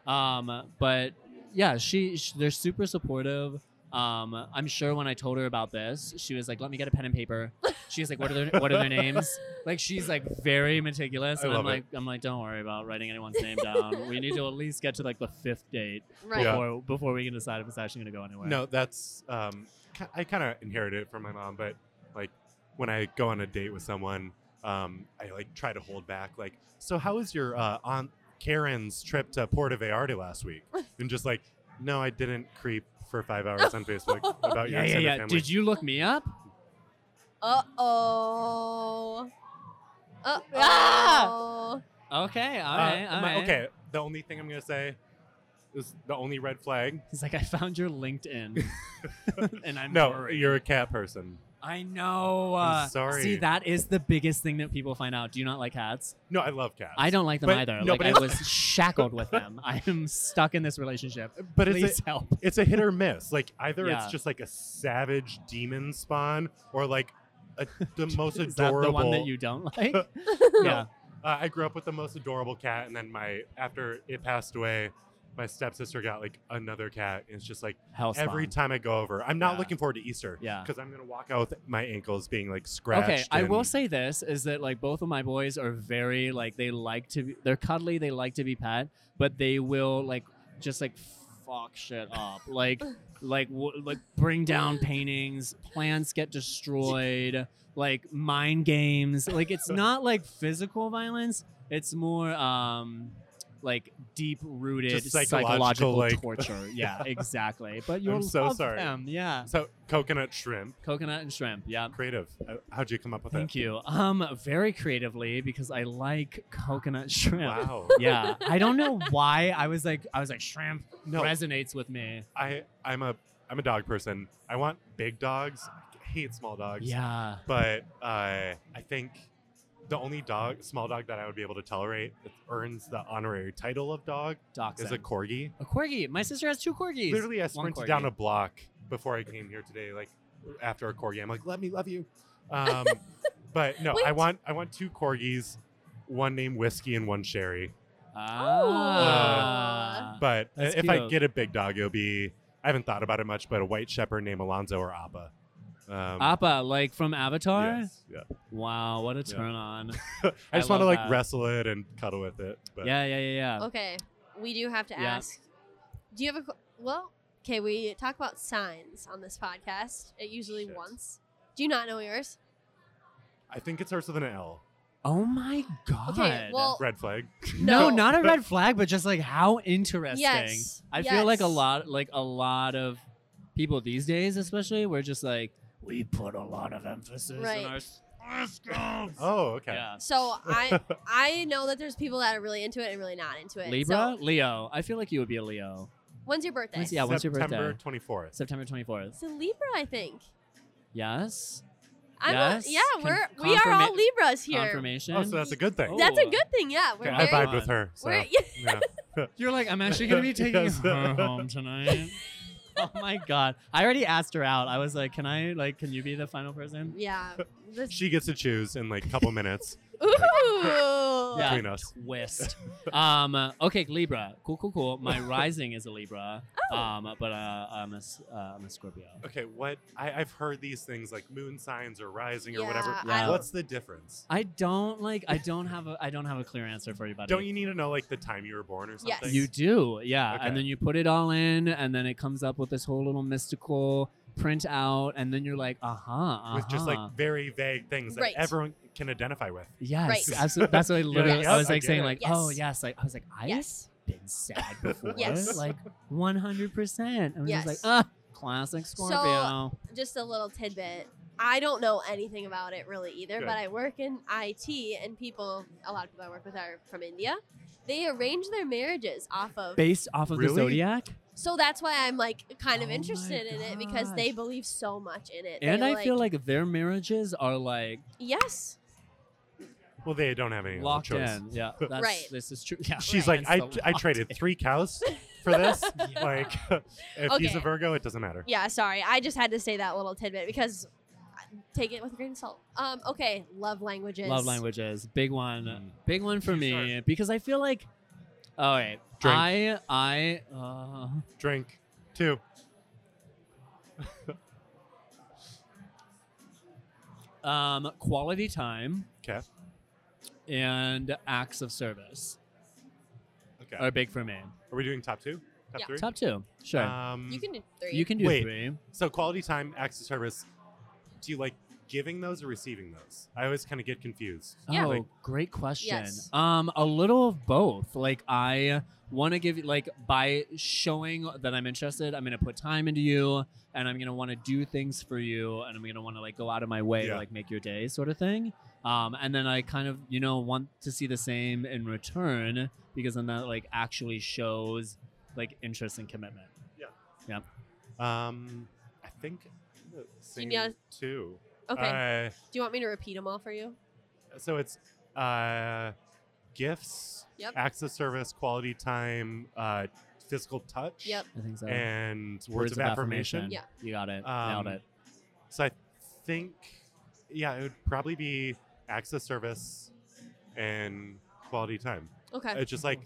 S5: Um, but yeah, she, sh they're super supportive. Um, I'm sure when I told her about this, she was like, "Let me get a pen and paper." She's like, "What are their What are their names?" Like she's like very meticulous,
S6: I
S5: and I'm
S6: love it.
S5: like, I'm like, "Don't worry about writing anyone's name down. We need to at least get to like the fifth date
S1: right.
S6: Yeah.
S5: before before we can decide if it's actually gonna go anywhere."
S6: No, that's um ki- I kind of inherited it from my mom, but like when I go on a date with someone, um I like try to hold back like, "So how was your uh aunt Karen's trip to Puerto Vallarta last week?" and just like, "No, I didn't creep for 5 hours on Facebook about
S5: Yeah,
S6: your
S5: yeah,
S6: extended
S5: yeah.
S6: family."
S5: Did you look me up?
S1: Uh oh. Uh
S5: Ah! Okay, all
S6: Uh,
S5: right, all
S6: my-
S5: right.
S6: Okay, the only thing I'm gonna say, It was the only red flag.
S5: He's like, I found your LinkedIn, and I'm
S6: no,
S5: worried."
S6: you're a cat person.
S5: I know.
S6: I'm
S5: uh,
S6: sorry.
S5: See, that is the biggest thing that people find out. Do you not like cats?
S6: No, I love cats.
S5: I don't like them
S6: But-
S5: either.
S6: no,
S5: like
S6: but
S5: I
S6: it's-
S5: was shackled with them. I am stuck in this relationship.
S6: But it's a-
S5: Please help.
S6: It's a hit or miss. Like either
S5: Yeah.
S6: it's just like a savage demon spawn, or like a, the most
S5: Is
S6: adorable.
S5: that the one that you don't like?
S6: No.
S5: yeah.
S6: Uh, I grew up with the most adorable cat, and then my after it passed away, my stepsister got like another cat, and it's just like
S5: Hell
S6: every time I go over, I'm not
S5: Yeah.
S6: looking forward to Easter.
S5: Yeah.
S6: Because I'm gonna walk out with my ankles being like scratched.
S5: Okay, I will
S6: and-
S5: say this is that like both of my boys are very like they like to be, they're cuddly, they like to be pet, but they will like just like fuck shit up. Like like w- like bring down paintings, plants get destroyed, like mind games. Like it's not like physical violence, it's more um like deep rooted
S6: Just
S5: psychological,
S6: psychological, like-
S5: torture. Yeah, exactly. But you'll
S6: I'm so
S5: love
S6: sorry.
S5: them. Yeah.
S6: so coconut shrimp.
S5: Coconut and shrimp. Yeah.
S6: Creative. Uh, How'd you come up with
S5: Thank you. Um, very creatively because I like coconut
S6: that?
S5: shrimp.
S6: Wow.
S5: Yeah, I don't know why I was like I was like shrimp
S6: No,
S5: resonates with me.
S6: I I'm a I'm a dog person. I want big dogs. I hate small dogs.
S5: Yeah,
S6: But uh, I think the only dog, small dog that I would be able to tolerate that earns the honorary title of dog
S5: dachshund.
S6: is a corgi.
S5: A corgi. My sister has two corgis.
S6: Literally, I
S5: One
S6: sprinted
S5: corgi.
S6: down a block before I came here today. Like after a corgi, I'm like, "Let me love you." Um, but no, I
S1: Wait.
S6: want I want two corgis, one named Whiskey and one Sherry.
S5: Ah.
S6: But
S5: That's
S6: if I
S5: cute.
S6: get a big dog, it'll be I haven't thought about it much, but a white shepherd named Alonzo or Appa. Um,
S5: Appa, like from Avatar.
S6: yes, yeah.
S5: Wow, what a
S6: Yeah.
S5: turn on.
S6: I
S5: I
S6: just want to
S5: love
S6: like
S5: that.
S6: wrestle it and cuddle with it. But
S5: yeah, yeah, yeah, yeah.
S1: Okay, we do have to
S5: Um, Yeah.
S1: ask. Do you have a qu- well? Okay, we talk about signs on this podcast. It usually
S6: Shit.
S1: once. Do you not know yours?
S6: I think it starts with an L.
S5: Oh my god.
S1: Okay, well,
S6: Red flag.
S1: no.
S5: no, not a
S6: But-
S5: red flag, but just like how interesting.
S1: yes.
S5: I feel like a
S1: yes.
S5: lot like a lot of people these days, especially, we're just like we put a lot of emphasis
S1: Right.
S5: on our horoscopes.
S6: Oh, okay.
S5: yeah.
S1: So I I know that there's people that are really into it and really not into it.
S5: Libra,
S1: So,
S5: Leo. I feel like you would be a Leo.
S1: when's your birthday?
S5: When's- yeah, when's your
S6: September
S5: birthday?
S6: twenty fourth.
S5: September twenty fourth.
S1: It's a Libra, I think.
S5: Yes.
S1: I'm a-
S5: Yes.
S1: yeah, we're
S5: Con-
S1: we are all
S5: confirma-
S1: Libras here.
S5: Confirmation.
S6: Oh, so that's a good thing.
S5: Oh,
S1: That's a
S5: Ooh.
S1: good thing. Yeah, we're
S6: Okay, I
S1: very.
S6: vibe with her. So.
S1: we're,
S6: yeah.
S5: You're like, I'm actually gonna be taking
S6: Yes.
S5: her home tonight. oh my god. I already asked her out. I was like, Can I like can you be the final person?
S1: yeah. This-
S6: She gets to choose in like a couple minutes
S1: Ooh.
S5: Yeah.
S6: between us.
S5: twist. um, okay, Libra. Cool, cool, cool. My rising is a Libra.
S1: Oh.
S5: Um, but uh, I'm a s- uh, I'm a Scorpio.
S6: Okay, what I, I've heard these things like moon signs or rising or whatever.
S1: Yeah,
S5: I don't-
S6: What's the difference?
S5: I don't like. I don't have a. I don't have a clear answer for you, buddy.
S6: Don't you need to know like the time you were born or
S1: Yes.
S6: something?
S5: You do, yeah.
S6: Okay.
S5: And then you put it all in, and then it comes up with this whole little mystical printout, and then you're like, uh huh, uh
S6: with just like very vague things that
S1: Right.
S6: everyone can identify with.
S5: yes,
S1: Right.
S5: absolutely. That's what I literally.
S6: Yes,
S5: I was
S6: I
S5: like
S6: get
S5: saying
S6: it.
S5: like,
S1: Yes.
S5: oh yes, like I was like, I
S1: Yes.
S5: been sad before.
S1: Yes.
S5: Like 100%. I'm just like,
S1: Yes.
S5: ah, classic
S1: So-
S5: Scorpio.
S1: just a little tidbit. I don't know anything about it really either,
S6: Good.
S1: but I work in IT, and people, a lot of people I work with are from India. They arrange their marriages off of.
S5: Based off of
S6: Really?
S5: the zodiac?
S1: So that's why I'm like kind of
S5: Oh my
S1: interested in it because they
S5: gosh.
S1: believe so much in it.
S5: And
S1: They,
S5: I feel like their marriages are like
S1: yes,
S6: Well, they don't have any other
S5: locked
S6: choice.
S5: in. Yeah. That's,
S1: Right.
S5: This is true. Yeah.
S6: She's
S5: right.
S6: like, I,
S5: Hence the
S6: I
S5: locked
S6: traded
S5: in.
S6: three cows for this.
S5: Yeah.
S6: Like, if he's a
S1: Okay.
S6: Virgo, it doesn't matter.
S1: yeah. Sorry, I just had to say that little tidbit because uh, take it with a grain of salt. Um, okay, love languages.
S5: Love languages. Big one.
S6: Mm.
S5: Big one for
S6: You
S5: me
S6: start.
S5: because I feel like, all right.
S6: Drink.
S5: I, I, uh,
S6: Drink two.
S5: um, quality time
S6: Okay.
S5: and acts of service
S6: Okay.
S5: are big for me.
S6: Uh, Are we doing top two? Top
S1: Yeah.
S6: three?
S5: Top two. Sure.
S6: Um,
S1: You can do three.
S5: you can do
S6: wait.
S5: three.
S6: So quality time, access service. Do you like giving those or receiving those? I always kind of get confused.
S1: Yeah.
S5: Oh,
S6: Like-
S5: great question.
S1: Yes.
S5: Um, a little of both. Like I want to give you like by showing that I'm interested, I'm gonna put time into you, and I'm gonna want to do things for you, and I'm gonna want to like go out of my way
S6: Yeah.
S5: to like make your day, sort of thing. Um, and then I kind of you know want to see the same in return because then that like actually shows like interest and commitment.
S6: Um, I think the same
S1: know-
S6: two.
S1: Okay.
S6: Uh,
S1: Do you want me to repeat them all for you?
S6: so it's uh, gifts,
S1: Yep.
S6: access service, quality time, uh, physical touch,
S1: Yep.
S5: I think so.
S6: and Uh, words, of, affirmation.
S1: Yeah.
S5: You got it.
S6: Um,
S5: Nailed it.
S6: So I think, yeah, it would probably be access service and quality time.
S1: Okay.
S6: It's just like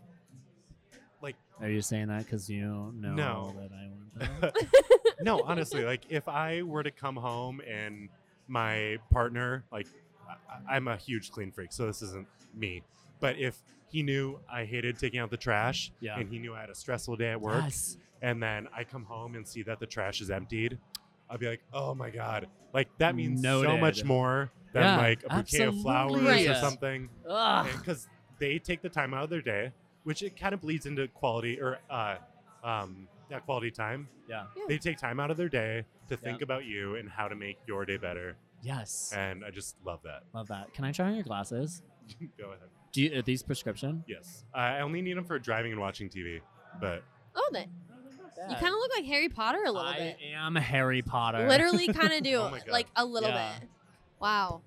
S5: Are you saying that because you know
S6: No.
S5: that I want that?
S6: no, honestly, like if I were to come home and my partner, like I- I'm a huge clean freak, so this isn't me, but if he knew I hated taking out the trash
S5: Yeah.
S6: and he knew I had a stressful day at work
S5: Yes.
S6: and then I come home and see that the trash is emptied, I'd be like, oh my God. Like that means so
S5: Noted.
S6: much more than
S5: Yeah,
S6: like a bouquet of
S5: absolutely.
S6: flowers or
S1: Right.
S6: something
S5: Ugh.
S6: because they take the time out of their day, which it kind of bleeds into quality or uh, um, that quality time.
S5: Yeah.
S1: Yeah.
S6: They take time out of their day to think about you and how to make your day better.
S5: Yes.
S6: And I just love that.
S5: Love that. Can I try on your glasses?
S6: Go ahead.
S5: Do you, are these prescription?
S6: Yes. I only need them for driving and watching TV, but
S1: oh, that you kind of look like Harry Potter a little
S5: I
S1: bit.
S5: am Harry Potter.
S1: Literally, kind of do
S6: Oh my God.
S1: like a little
S5: Yeah.
S1: bit. Wow.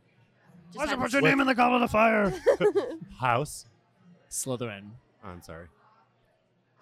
S1: Just had-
S6: your name in the goblet of fire? House.
S5: Slytherin.
S6: Oh, I'm sorry.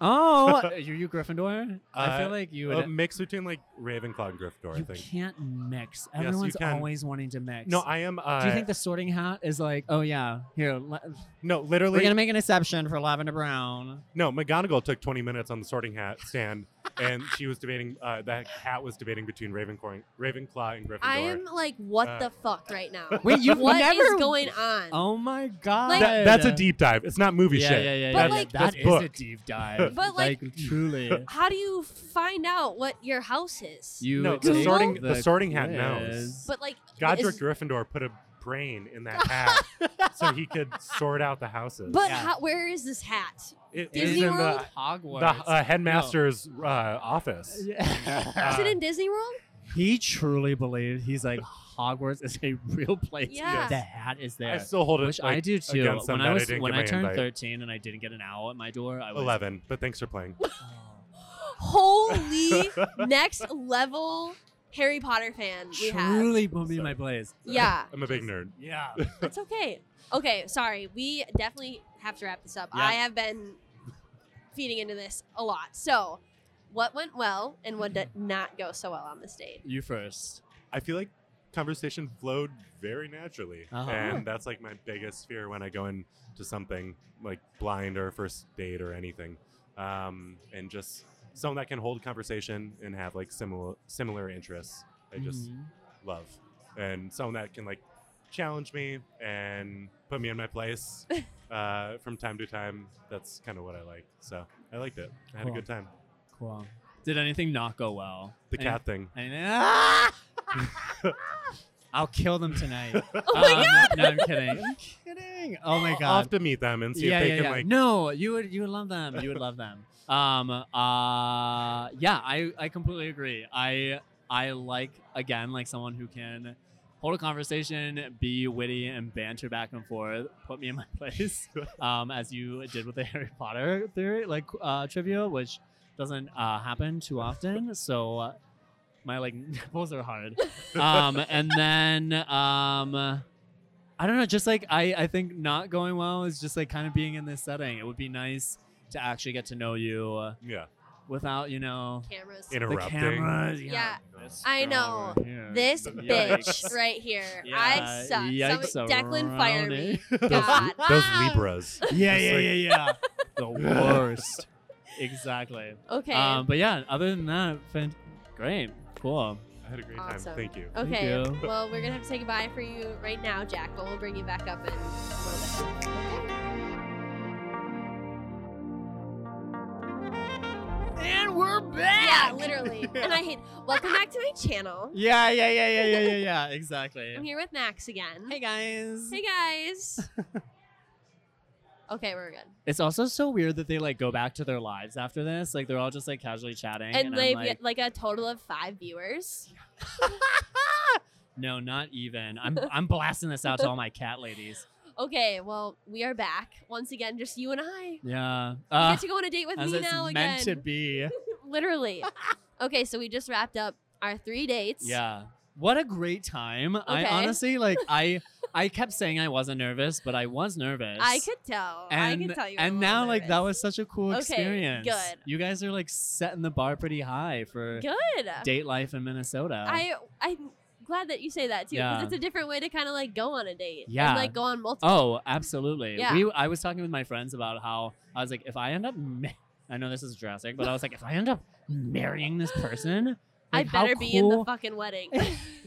S5: Oh, are you Gryffindor? I feel
S6: Uh,
S5: like you would.
S6: A mix between like Ravenclaw and Gryffindor, I
S5: you
S6: think.
S5: can't mix.
S6: you
S5: Everyone's
S6: can.
S5: always wanting to mix.
S6: No, I am. Uh,
S5: Do you think the Sorting Hat is like? Oh yeah, here. le-
S6: no,
S5: We're
S6: literally.
S5: gonna make an exception for Lavender Brown.
S6: No, McGonagall took 20 minutes on the sorting hat stand, and she was debating. Uh, that hat was debating between Ravenclaw, Ravenclaw and Gryffindor.
S1: I am like, what
S6: Uh,
S1: the fuck right now?
S5: Wait, you've
S1: What is
S5: never.
S1: going on?
S5: oh my god.
S1: Like-
S6: That- that's a deep dive. It's not movie
S5: yeah,
S6: shit.
S5: Yeah, yeah,
S1: But,
S5: yeah.
S1: like-
S6: That's
S5: that is a
S6: book.
S5: deep dive.
S1: But, like-
S5: truly,
S1: How do you find out what your house is?
S5: you
S6: No,
S1: the
S5: take
S1: sorting-
S6: the sorting hat
S5: quiz.
S6: knows.
S1: but like,
S6: Godric
S1: is-
S6: Gryffindor put a brain in that hat so he could sort out the houses.
S1: but
S5: Yeah.
S1: how, where is this hat?
S6: it, it
S1: Disney
S6: was in
S1: World?
S6: the, the
S5: Hogwarts.
S6: uh, headmaster's uh, office. Uh,
S5: Yeah.
S1: is it in Disney World?
S5: he truly believed he's like Hogwarts is a real place.
S1: Yeah.
S5: The hat is there.
S6: I still hold it.
S5: Which I
S6: like,
S5: do too.
S6: against them
S5: When I
S6: that I
S5: was
S6: didn't
S5: when
S6: get
S5: I
S6: my
S5: turned
S6: invite.
S5: 13 and I didn't get an owl at my door, I was
S6: 11. But thanks for playing.
S1: Holy next level Harry Potter fan we have.
S5: truly put me in my place.
S1: Yeah,
S6: I'm a big nerd.
S5: Yeah.
S1: it's okay. Okay, sorry. We definitely have to wrap this up.
S5: Yeah.
S1: I have been feeding into this a lot. So, what went well and what did not go so well on this date?
S5: You first.
S6: I feel like conversation flowed very naturally,
S5: Uh-huh.
S6: and that's like my biggest fear when I go into something like blind or first date or anything, um, and just someone that can hold conversation and have like similar similar interests. I just
S5: Mhm.
S6: love, and someone that can like challenge me and put me in my place uh, from time to time. That's kind of what I like. So I liked it. I had
S5: Cool.
S6: a good time.
S5: cool. Did anything not go well?
S6: The
S5: Any-
S6: cat thing.
S5: And ah! I'll kill them tonight.
S6: Oh
S1: my
S5: god! No, I'm kidding. I'm kidding. Oh my
S6: I'll have
S5: god.
S6: to meet them and see
S5: yeah,
S6: if they
S5: yeah,
S6: can
S5: yeah.
S6: like.
S5: no, you would you would love them. You would love them. Um uh yeah, I I completely agree. I I like again like someone who can hold a conversation, be witty and banter back and forth, put me in my place. Um as you did with the Harry Potter theory like uh trivia which doesn't uh happen too often. So uh, my like nipples are hard. Um, and then um, I don't know. Just like I, I think not going well is just like kind of being in this setting. It would be nice to actually get to know you uh,
S6: Yeah.
S5: without you know
S1: Cameras.
S6: Interrupting.
S5: the cameras.
S1: Yeah,
S5: This
S1: I
S5: girl
S1: know.
S5: over here.
S1: This
S5: Yikes.
S1: bitch right here.
S5: Yeah,
S1: I suck.
S5: yikes
S1: Some, Declan fire me.
S5: around it.
S1: God.
S6: Those
S1: Ah!
S6: Libras.
S5: yeah,
S6: Just
S5: yeah,
S6: like-
S5: yeah, yeah. the worst. Exactly.
S1: Okay.
S5: Um, but yeah, other than that, fan- great, cool.
S6: I had a great
S1: Awesome.
S6: time. Thank you.
S5: thank
S1: okay.
S5: you.
S1: Well, we're gonna have to say goodbye for you right now, Jack. But we'll bring you back up in a little bit.
S5: And we're
S1: Yeah,
S5: back.
S1: literally. And I hate. Welcome back to my channel.
S5: Yeah, yeah, yeah, yeah, yeah, yeah, yeah. Exactly.
S1: I'm here with Max again.
S5: Hey guys.
S1: Hey guys. okay, we're good.
S5: It's also so weird that they like go back to their lives after this. Like they're all just like casually chatting.
S1: And,
S5: I'm
S1: they've
S5: like,
S1: get, like a total of five viewers.
S5: no, not even. I'm I'm blasting this out to all my cat ladies.
S1: Okay, well, we are back once again, just you and I.
S5: Yeah.
S1: You
S5: Uh,
S1: get to go on a date with
S5: as
S1: me
S5: it's
S1: now
S5: meant to
S1: again.
S5: be.
S1: Literally. okay, so we just wrapped up our three dates.
S5: Yeah. What a great time. I
S1: Okay.
S5: honestly like I I kept saying I wasn't nervous, but I was nervous.
S1: I could tell.
S5: and,
S1: I could tell you. were a
S5: and
S1: little
S5: now like that
S1: nervous.
S5: was such a cool
S1: Okay,
S5: experience.
S1: good.
S5: You guys are like setting the bar pretty high for
S1: good.
S5: date life in Minnesota.
S1: I I'm glad that you say that too, because
S5: Yeah.
S1: it's a different way to kind of like go on a date.
S5: Yeah.
S1: And like go on multiple.
S5: Oh, absolutely.
S1: Yeah.
S5: We I was talking with my friends about how I was like, if I end up, ma- I know this is drastic, but I was like, if I end up marrying this person,
S1: I
S5: like, how
S1: better be in the
S5: cool-
S1: fucking wedding.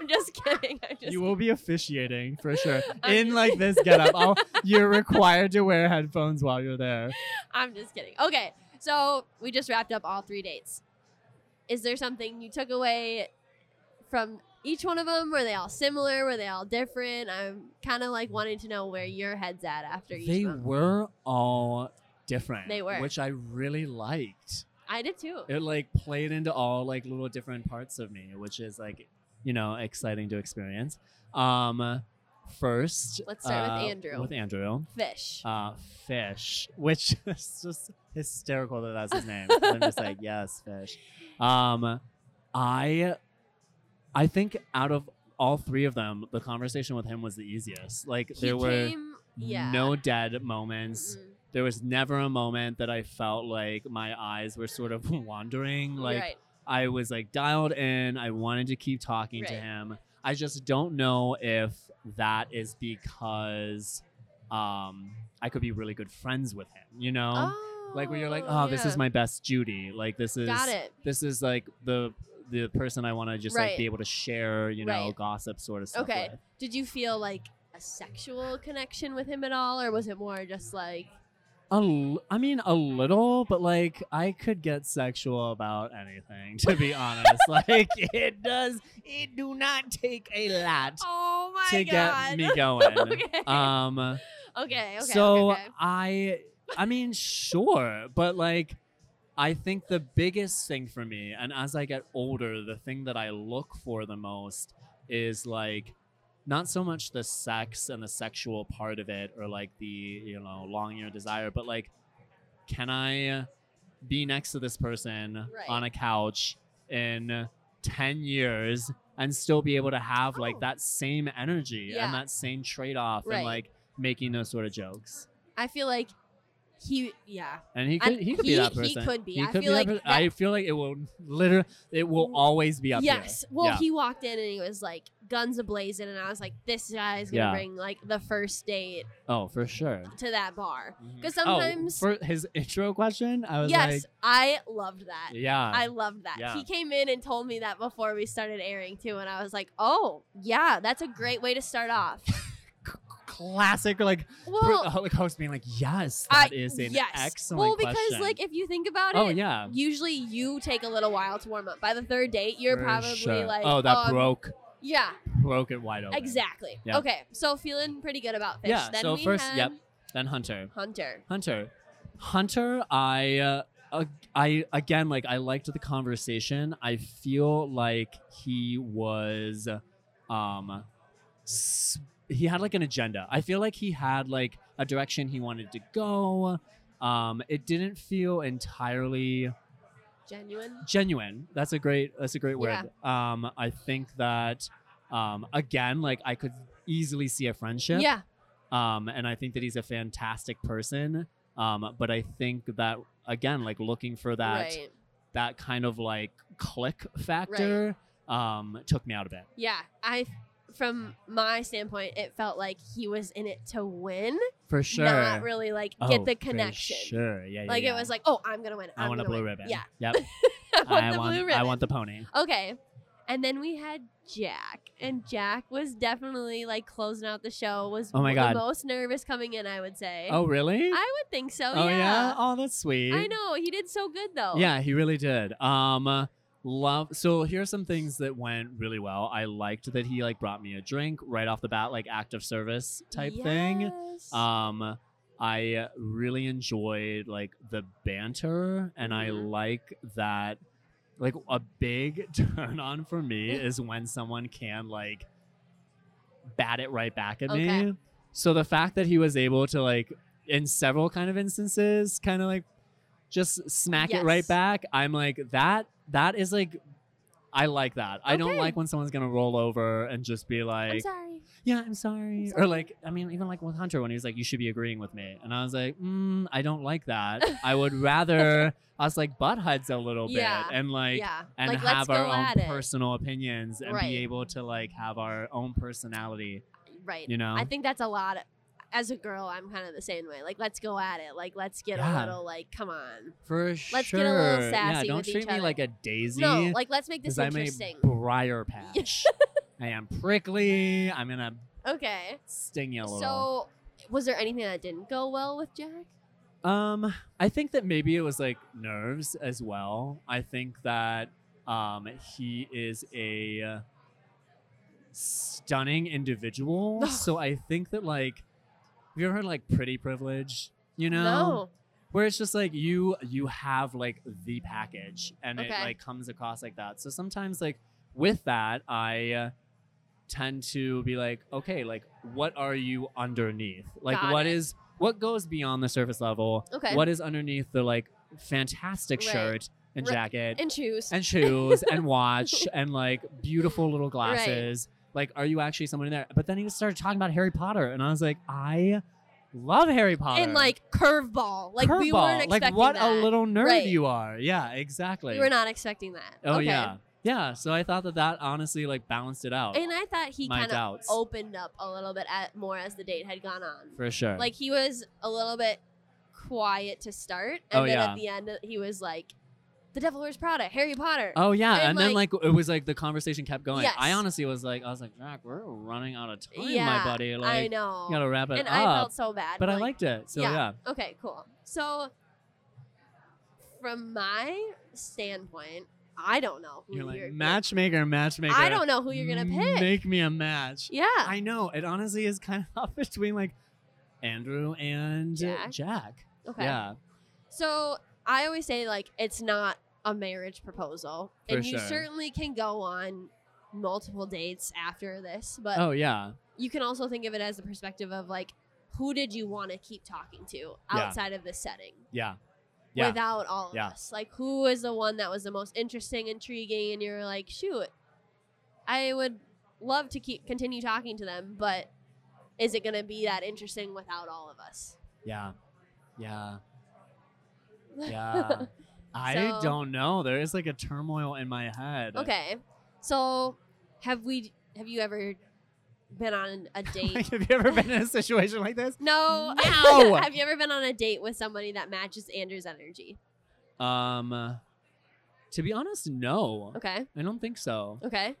S1: I'm just kidding. I'm just
S5: You will be officiating for sure
S1: I'm
S5: in like this getup. I'll, you're required to wear headphones while you're there.
S1: I'm just kidding. Okay, so we just wrapped up all three dates. Is there something you took away from each one of them? Were they all similar? Were they all different? I'm kind of like wanting to know where your head's at after each
S5: They
S1: one.
S5: were all different.
S1: They were.
S5: which I really liked.
S1: I did too.
S5: It like played into all like little different parts of me, which is like you know exciting to experience. Um, first,
S1: Let's start with
S5: uh,
S1: Andrew.
S5: With Andrew.
S1: Fish.
S5: uh, fish, which is just hysterical that that's his name. I'm just like, yes, fish. Um, I, I think out of all three of them, the conversation with him was the easiest. Like
S1: He
S5: there were
S1: came, yeah. Mm, Mm-hmm.
S5: no dead moments.
S1: Mm-mm.
S5: There was never a moment that I felt like my eyes were sort of wandering. Like
S1: right.
S5: I was like dialed in. I wanted to keep talking to
S1: Right.
S5: him. I just don't know if that is because um, I could be really good friends with him, you know? um, like where you're like, oh, this is
S1: yeah.
S5: my best Judy. Like this is
S1: Got it.
S5: this is like the the person I want to just
S1: Right.
S5: like be able to share, you know,
S1: Right.
S5: gossip sort of stuff.
S1: Okay.
S5: with.
S1: Did you feel like a sexual connection with him at all, or was it more just like
S5: A l- I mean a little, but like I could get sexual about anything, to be honest. like it does it do not take a lot.
S1: Oh my
S5: to
S1: god.
S5: get me going.
S1: okay.
S5: Um,
S1: okay, okay.
S5: so
S1: okay, okay.
S5: I, I mean, sure, but like, I think the biggest thing for me, and as I get older, the thing that I look for the most is like, not so much the sex and the sexual part of it, or like the you know longing or desire, but like, can I be next to this person
S1: Right.
S5: on a couch in ten years and still be able to have
S1: Oh.
S5: like that same energy
S1: Yeah.
S5: and that same trade off
S1: Right.
S5: and like making those sort of jokes.
S1: I feel like he yeah.
S5: And he could
S1: And
S5: he could
S1: he-
S5: be that
S1: he
S5: person.
S1: could be. I
S5: could
S1: feel
S5: that
S1: like
S5: person.
S1: that- Mm.
S5: I feel like it will literally it will always be up there.
S1: yes. Well,
S5: Yeah.
S1: he walked in and he was like guns ablazing and I was like this guy is going to
S5: Yeah.
S1: bring like the first date
S5: Oh, for sure.
S1: to that bar.
S5: Mhm.
S1: 'Cause sometimes-
S5: oh, for his intro question, I was
S1: Yes,
S5: like,
S1: I loved that.
S5: yeah,
S1: I loved that.
S5: yeah.
S1: He came in and told me that before we started airing too and I was like, "Oh, yeah, that's a great way to start off."
S5: C- classic like br-
S1: Well,
S5: like host being like, yes,
S1: I-
S5: that is an
S1: yes.
S5: excellent
S1: Well, because
S5: question.
S1: like if you think about it,
S5: oh yeah,
S1: usually you take a little while to warm up. By the third date, you're
S5: for
S1: probably
S5: sure.
S1: like,
S5: oh that
S1: um,
S5: broke
S1: Yeah,
S5: broke it wide open.
S1: exactly.
S5: Yeah.
S1: Okay, so feeling pretty good about fish.
S5: Yeah,
S1: Then
S5: so
S1: we
S5: first-
S1: had
S5: yep. Then Hunter.
S1: Hunter.
S5: Hunter. Hunter, I uh, ag- I again like I liked the conversation. I feel like he was um s- he had like an agenda. I feel like he had like a direction he wanted to go. Um it didn't feel entirely
S1: Genuine.
S5: genuine. That's a great that's a great
S1: Yeah.
S5: word. Um I think that um again like I could easily see a friendship
S1: Yeah.
S5: um, and I think that he's a fantastic person. Um, but I think that again, like looking for that
S1: Right.
S5: that kind of like click factor, um, took me out of it.
S1: Yeah. I, from my standpoint, it felt like he was in it to win,
S5: For sure.
S1: not really like get
S5: Oh,
S1: the
S5: for
S1: connection.
S5: Sure. Yeah. yeah,
S1: Like it
S5: yeah.
S1: was like, oh, I'm gonna win.
S5: I
S1: I'm
S5: want a
S1: gonna
S5: blue
S1: win.
S5: ribbon.
S1: Yeah.
S5: Yep.
S1: I want
S5: I
S1: the
S5: want.
S1: blue
S5: I
S1: ribbon.
S5: want the pony.
S1: Okay. And then we had Jack, and Jack was definitely like closing out the show. Was
S5: Oh my
S1: the
S5: God.
S1: most nervous coming in, I would say.
S5: Oh really?
S1: I would think so.
S5: oh yeah.
S1: yeah.
S5: Oh, that's sweet.
S1: I know he did so good though.
S5: Yeah, he really did. Um uh, love so here are some things that went really well. I liked that he like brought me a drink right off the bat, like act of service type thing.
S1: Yes.
S5: Um I really enjoyed like the banter and I
S1: Mhm.
S5: like that like a big turn on for
S1: Mm.
S5: me is when someone can like bat it right back at
S1: Okay.
S5: me. So the fact that he was able to like in several kind of instances kind of like just smack it right
S1: Yes.
S5: back, I'm like that that is like I like that. I don't
S1: Okay.
S5: like when someone's gonna roll over and just be like,
S1: I'm sorry.
S5: "Yeah, I'm sorry," or like, I mean, even like with Hunter when he was like, "You should be agreeing with me," and I was like, mm, "I don't like that. I would rather us like butt heads a little
S1: Yeah.
S5: bit and like
S1: yeah.
S5: and
S1: like, let's
S5: have our
S1: go
S5: own
S1: at it.
S5: personal opinions and
S1: Right.
S5: be able to like have our own personality.
S1: Right.
S5: you know?
S1: I think that's a lot. As a girl, I'm kind of the same way. Like, let's go at it. Like, let's get a
S5: Yeah.
S1: little, like, come on.
S5: For
S1: Let's
S5: sure.
S1: get a little
S5: yeah,
S1: sassy
S5: don't
S1: with
S5: treat
S1: each
S5: me
S1: other.
S5: like a daisy.
S1: No, like, let's make this
S5: because I'm a
S1: interesting.
S5: briar patch. I am prickly. I'm gonna
S1: Okay.
S5: sting you a little.
S1: So, was there anything that didn't go well with Jack?
S5: Um, I think that maybe it was like nerves as well. I think that um, he is a stunning individual. so I think that like, have you ever heard like pretty privilege? You know, where it's just like you you have like the package, and it
S1: Okay.
S5: like comes across like that. So sometimes like with that, I uh, tend to be like, okay, like what are you underneath? Like
S1: Got
S5: what
S1: it.
S5: is what goes beyond the surface level?
S1: Okay.
S5: what is underneath the like fantastic
S1: Right.
S5: shirt and
S1: Right.
S5: jacket
S1: And choose.
S5: and shoes and watch and like beautiful little glasses. Like, are you actually someone in there? But then he just started talking about Harry Potter, and I was like, I love Harry Potter.
S1: and like curveball. Like we weren't
S5: Curveball.
S1: expecting
S5: like what
S1: that.
S5: a little nerd
S1: Right.
S5: you are. Yeah, exactly.
S1: we were not expecting that.
S5: oh
S1: okay.
S5: yeah, yeah. So I thought that that honestly like balanced it out.
S1: And I thought he
S5: my
S1: kind of
S5: doubts
S1: opened up a little bit at, more as the date had gone on.
S5: for sure.
S1: Like he was a little bit quiet to start, and
S5: Oh,
S1: then
S5: yeah.
S1: at the end he was like, "The Devil Wears Prada, Harry Potter."
S5: Oh yeah,
S1: And,
S5: and, then like it was like the conversation kept going. I
S1: Yes.
S5: honestly was like, I was like, Jack, we're running out of time, my
S1: Yeah,
S5: buddy. Like,
S1: I
S5: You
S1: know.
S5: gotta wrap it
S1: and
S5: up.
S1: I felt so bad,
S5: but I
S1: like-
S5: liked it. So yeah.
S1: yeah. Okay, cool. So, from my standpoint, I don't know who
S5: You're
S1: you're,
S5: like
S1: gonna-
S5: matchmaker, matchmaker.
S1: I don't know who you're gonna pick.
S5: Make me a match.
S1: yeah,
S5: I know. It honestly is kind of up between like Andrew and
S1: Jack?
S5: Jack.
S1: okay.
S5: Yeah.
S1: So I always say like it's not a marriage proposal,
S5: For
S1: and you
S5: sure.
S1: certainly can go on multiple dates after this, but
S5: Oh yeah.
S1: you can also think of it as the perspective of like who did you want to keep talking to outside of this setting
S5: Yeah. Yeah.
S1: without all of
S5: Yeah.
S1: us like who was the one that was the most interesting intriguing and you're like shoot i would love to keep continue talking to them but is it going to be that interesting without all of us
S5: Yeah. Yeah. Yeah. I
S1: So-
S5: don't know. There is like a turmoil in my head.
S1: okay so have we have you ever been on a
S5: Like,
S1: date
S5: have you ever been in a situation like this?
S1: no
S5: No.
S1: have you ever been on a date with somebody that matches andrew's energy
S5: Um, to be honest, no.
S1: okay
S5: I don't think so.
S1: okay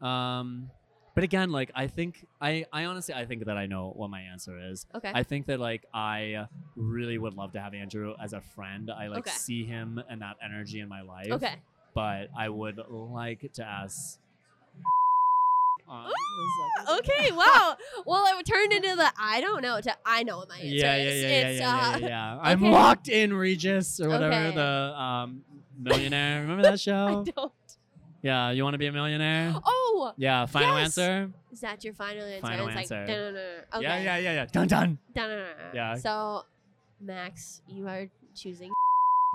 S5: Um, but again, like I think I, I honestly I think that I know what my answer is.
S1: okay
S5: I think that like I really would love to have Andrew as a friend. I like
S1: Okay.
S5: see him and that energy in my life.
S1: okay
S5: But I would like to ask. Uh, it's like-
S1: Okay, wow. well, it turned into the I don't know to I know what my answer
S5: Yeah, yeah,
S1: is.
S5: yeah, yeah,
S1: it's,
S5: yeah,
S1: uh,
S5: yeah, yeah. I'm
S1: okay.
S5: locked in Regis or whatever
S1: Okay.
S5: the um, millionaire. Remember that show?
S1: I don't.
S5: Yeah, you want to be a millionaire?
S1: Oh,
S5: Yeah, final
S1: Yes.
S5: answer.
S1: is that your final answer?
S5: Final
S1: it's
S5: answer.
S1: like dun, dun, dun, dun. okay.
S5: Yeah, yeah, yeah, yeah. Dun dun.
S1: Dun, dun, dun, dun.
S5: Yeah.
S1: So, Max, you are choosing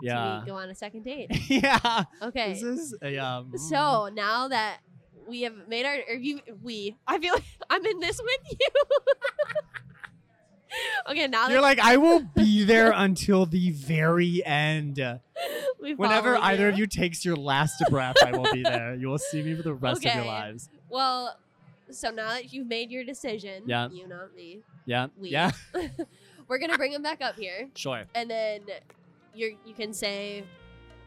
S5: Yeah.
S1: to go on a second date.
S5: yeah.
S1: Okay.
S5: This is uh, yeah. mm.
S1: so now that we have made our or you we I feel like I'm in this with you. okay, now
S5: you're
S1: that
S5: like, I will be there until the very end.
S1: we
S5: Whenever
S1: follow
S5: either
S1: you.
S5: of you takes your last breath, I will be there. You will see me for the rest of your
S1: Okay.
S5: lives.
S1: well, so now that you've made your decision,
S5: Yeah.
S1: you not me.
S5: Yeah.
S1: we.
S5: Yeah.
S1: We're gonna bring him back up here,
S5: Sure.
S1: and then you you can say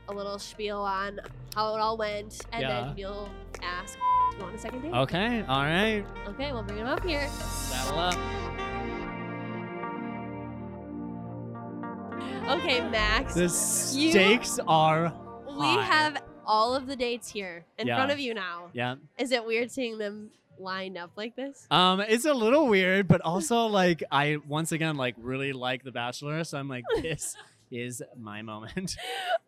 S1: a little spiel on how it all went, and
S5: Yeah. Oh.
S1: then you'll ask to go on a second date.
S5: Okay. All right.
S1: Okay, we'll bring him up here.
S5: Saddle up.
S1: Okay, Max,
S5: The
S1: You-
S5: stakes are.
S1: we have all of the dates here in
S5: Yeah.
S1: front of you now.
S5: Yeah.
S1: Is it weird seeing them lined up like this?
S5: Um, it's a little weird, but also like I once again like really like The Bachelor, so I'm like this is my moment.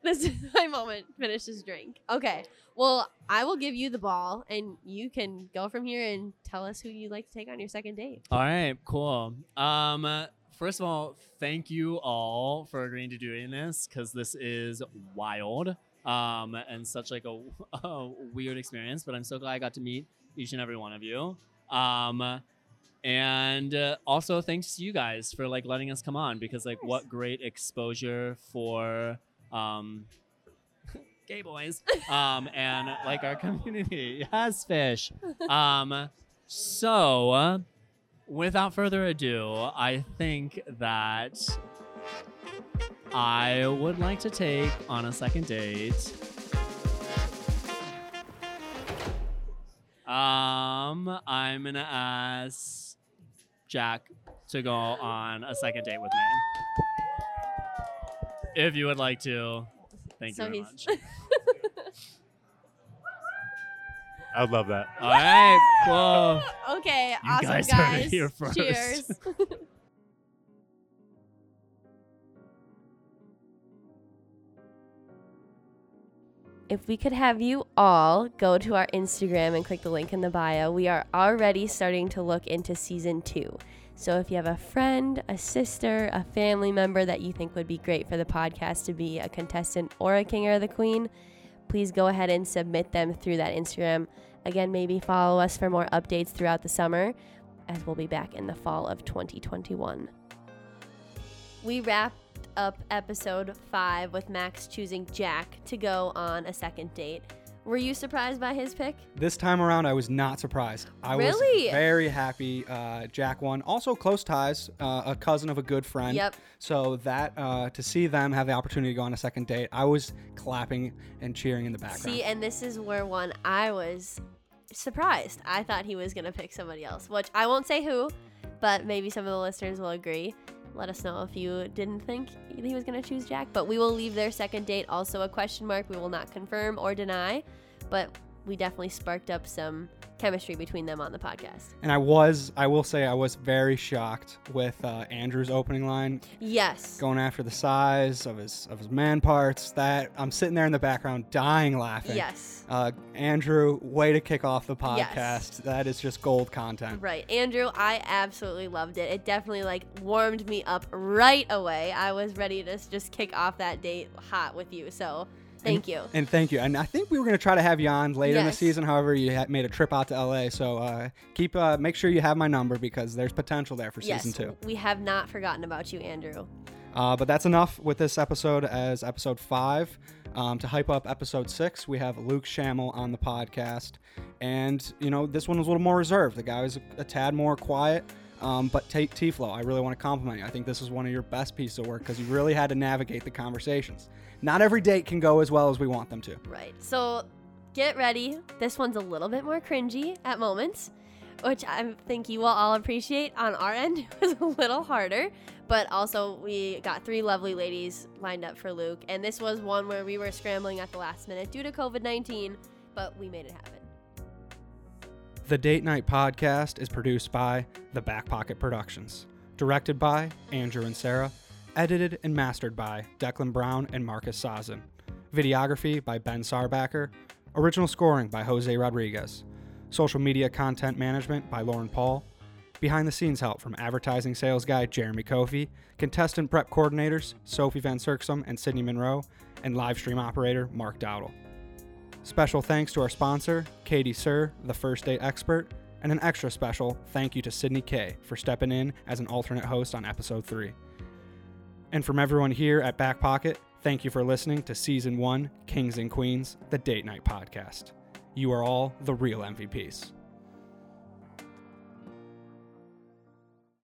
S1: This is my moment. Finish this drink. Okay. Well, I will give you the ball, and you can go from here and tell us who you'd like to take on your second date.
S5: All right, cool. Um, uh, first of all, thank you all for agreeing to doing this because this is wild um, and such like a, a weird experience. But I'm so glad I got to meet each and every one of you. Um, and uh, also thanks to you guys for like letting us come on because like what great exposure for um, gay boys um, and like our community. Yes, fish. Um, so. Uh, without further ado, I think that I would like to take on a second date. Um, I'm gonna ask Jack to go on a second date with me. If you would like to. Thank
S1: So
S5: you very
S1: he's-
S5: much.
S6: I'd love that.
S5: All right, cool.
S1: Okay.
S5: You
S1: awesome,
S5: guys
S1: guys.
S5: heard it here first.
S1: Cheers. if we could have you all go to our Instagram and click the link in the bio, we are already starting to look into season two. So if you have a friend, a sister, a family member that you think would be great for the podcast to be a contestant or a king or the queen, please go ahead and submit them through that Instagram. Again, maybe follow us for more updates throughout the summer as we'll be back in the fall of 2021. We wrapped up episode five with Max choosing Jack to go on a second date. Were you surprised by his pick?
S2: This time around, I was not surprised. I
S1: Really?
S2: was very happy. Uh, Jack won. Also, close ties, uh, a cousin of a good friend.
S1: Yep.
S2: So that uh, to see them have the opportunity to go on a second date, I was clapping and cheering in the background.
S1: See, and this is where one I was surprised. I thought he was going to pick somebody else, which I won't say who, but maybe some of the listeners will agree. Let us know if you didn't think he was going to choose Jack, but we will leave their second date also a question mark. We will not confirm or deny, but we definitely sparked up some chemistry between them on the podcast.
S2: and I was, I will say, I was very shocked with uh, Andrew's opening line,
S1: Yes.
S2: going after the size of his of his man parts. That I'm sitting there in the background, dying laughing.
S1: Yes.
S2: Uh, Andrew, way to kick off the podcast.
S1: Yes.
S2: That is just gold content.
S1: Right. Andrew, I absolutely loved it. It definitely like warmed me up right away. I was ready to s- just kick off that date hot with you. So, thank you.
S2: And thank you. And I think we were going to try to have you on later in the
S1: Yes.
S2: season. However, you had made a trip out to LA, so uh, keep uh, make sure you have my number because there's potential there for
S1: Yes.
S2: season two.
S1: We have not forgotten about you, Andrew.
S2: Uh, but that's enough with this episode as episode five. Um, to hype up episode six, we have Luke Shamel on the podcast, and you know this one was a little more reserved. The guy was a, a tad more quiet. Um, but Tate Tiflo, I really want to compliment you. I think this is one of your best pieces of work because you really had to navigate the conversations. Not every date can go as well as we want them to.
S1: Right. So, get ready. This one's a little bit more cringy at moments, which I think you will all appreciate. On our end, it was a little harder, but also we got three lovely ladies lined up for Luke. And this was one where we were scrambling at the last minute due to COVID 19, but we made it happen.
S2: The Date Night Podcast is produced by The Back Pocket Productions, directed by Andrew and Sarah, edited and mastered by Declan Brown and Marcus Sazen, videography by Ben Sarbacker, original scoring by Jose Rodriguez, social media content management by Lauren Paul, behind the scenes help from advertising sales guy Jeremy Kofi, contestant prep coordinators Sophie Van Cirksum and Sydney Monroe, and live stream operator Mark Dowdle. Special thanks to our sponsor, Katie Sir, the first date expert, and an extra special thank you to Sydney K for stepping in as an alternate host on episode 3. And from everyone here at Back Pocket, thank you for listening to season 1 Kings and Queens, the date night podcast. You are all the real MVPs.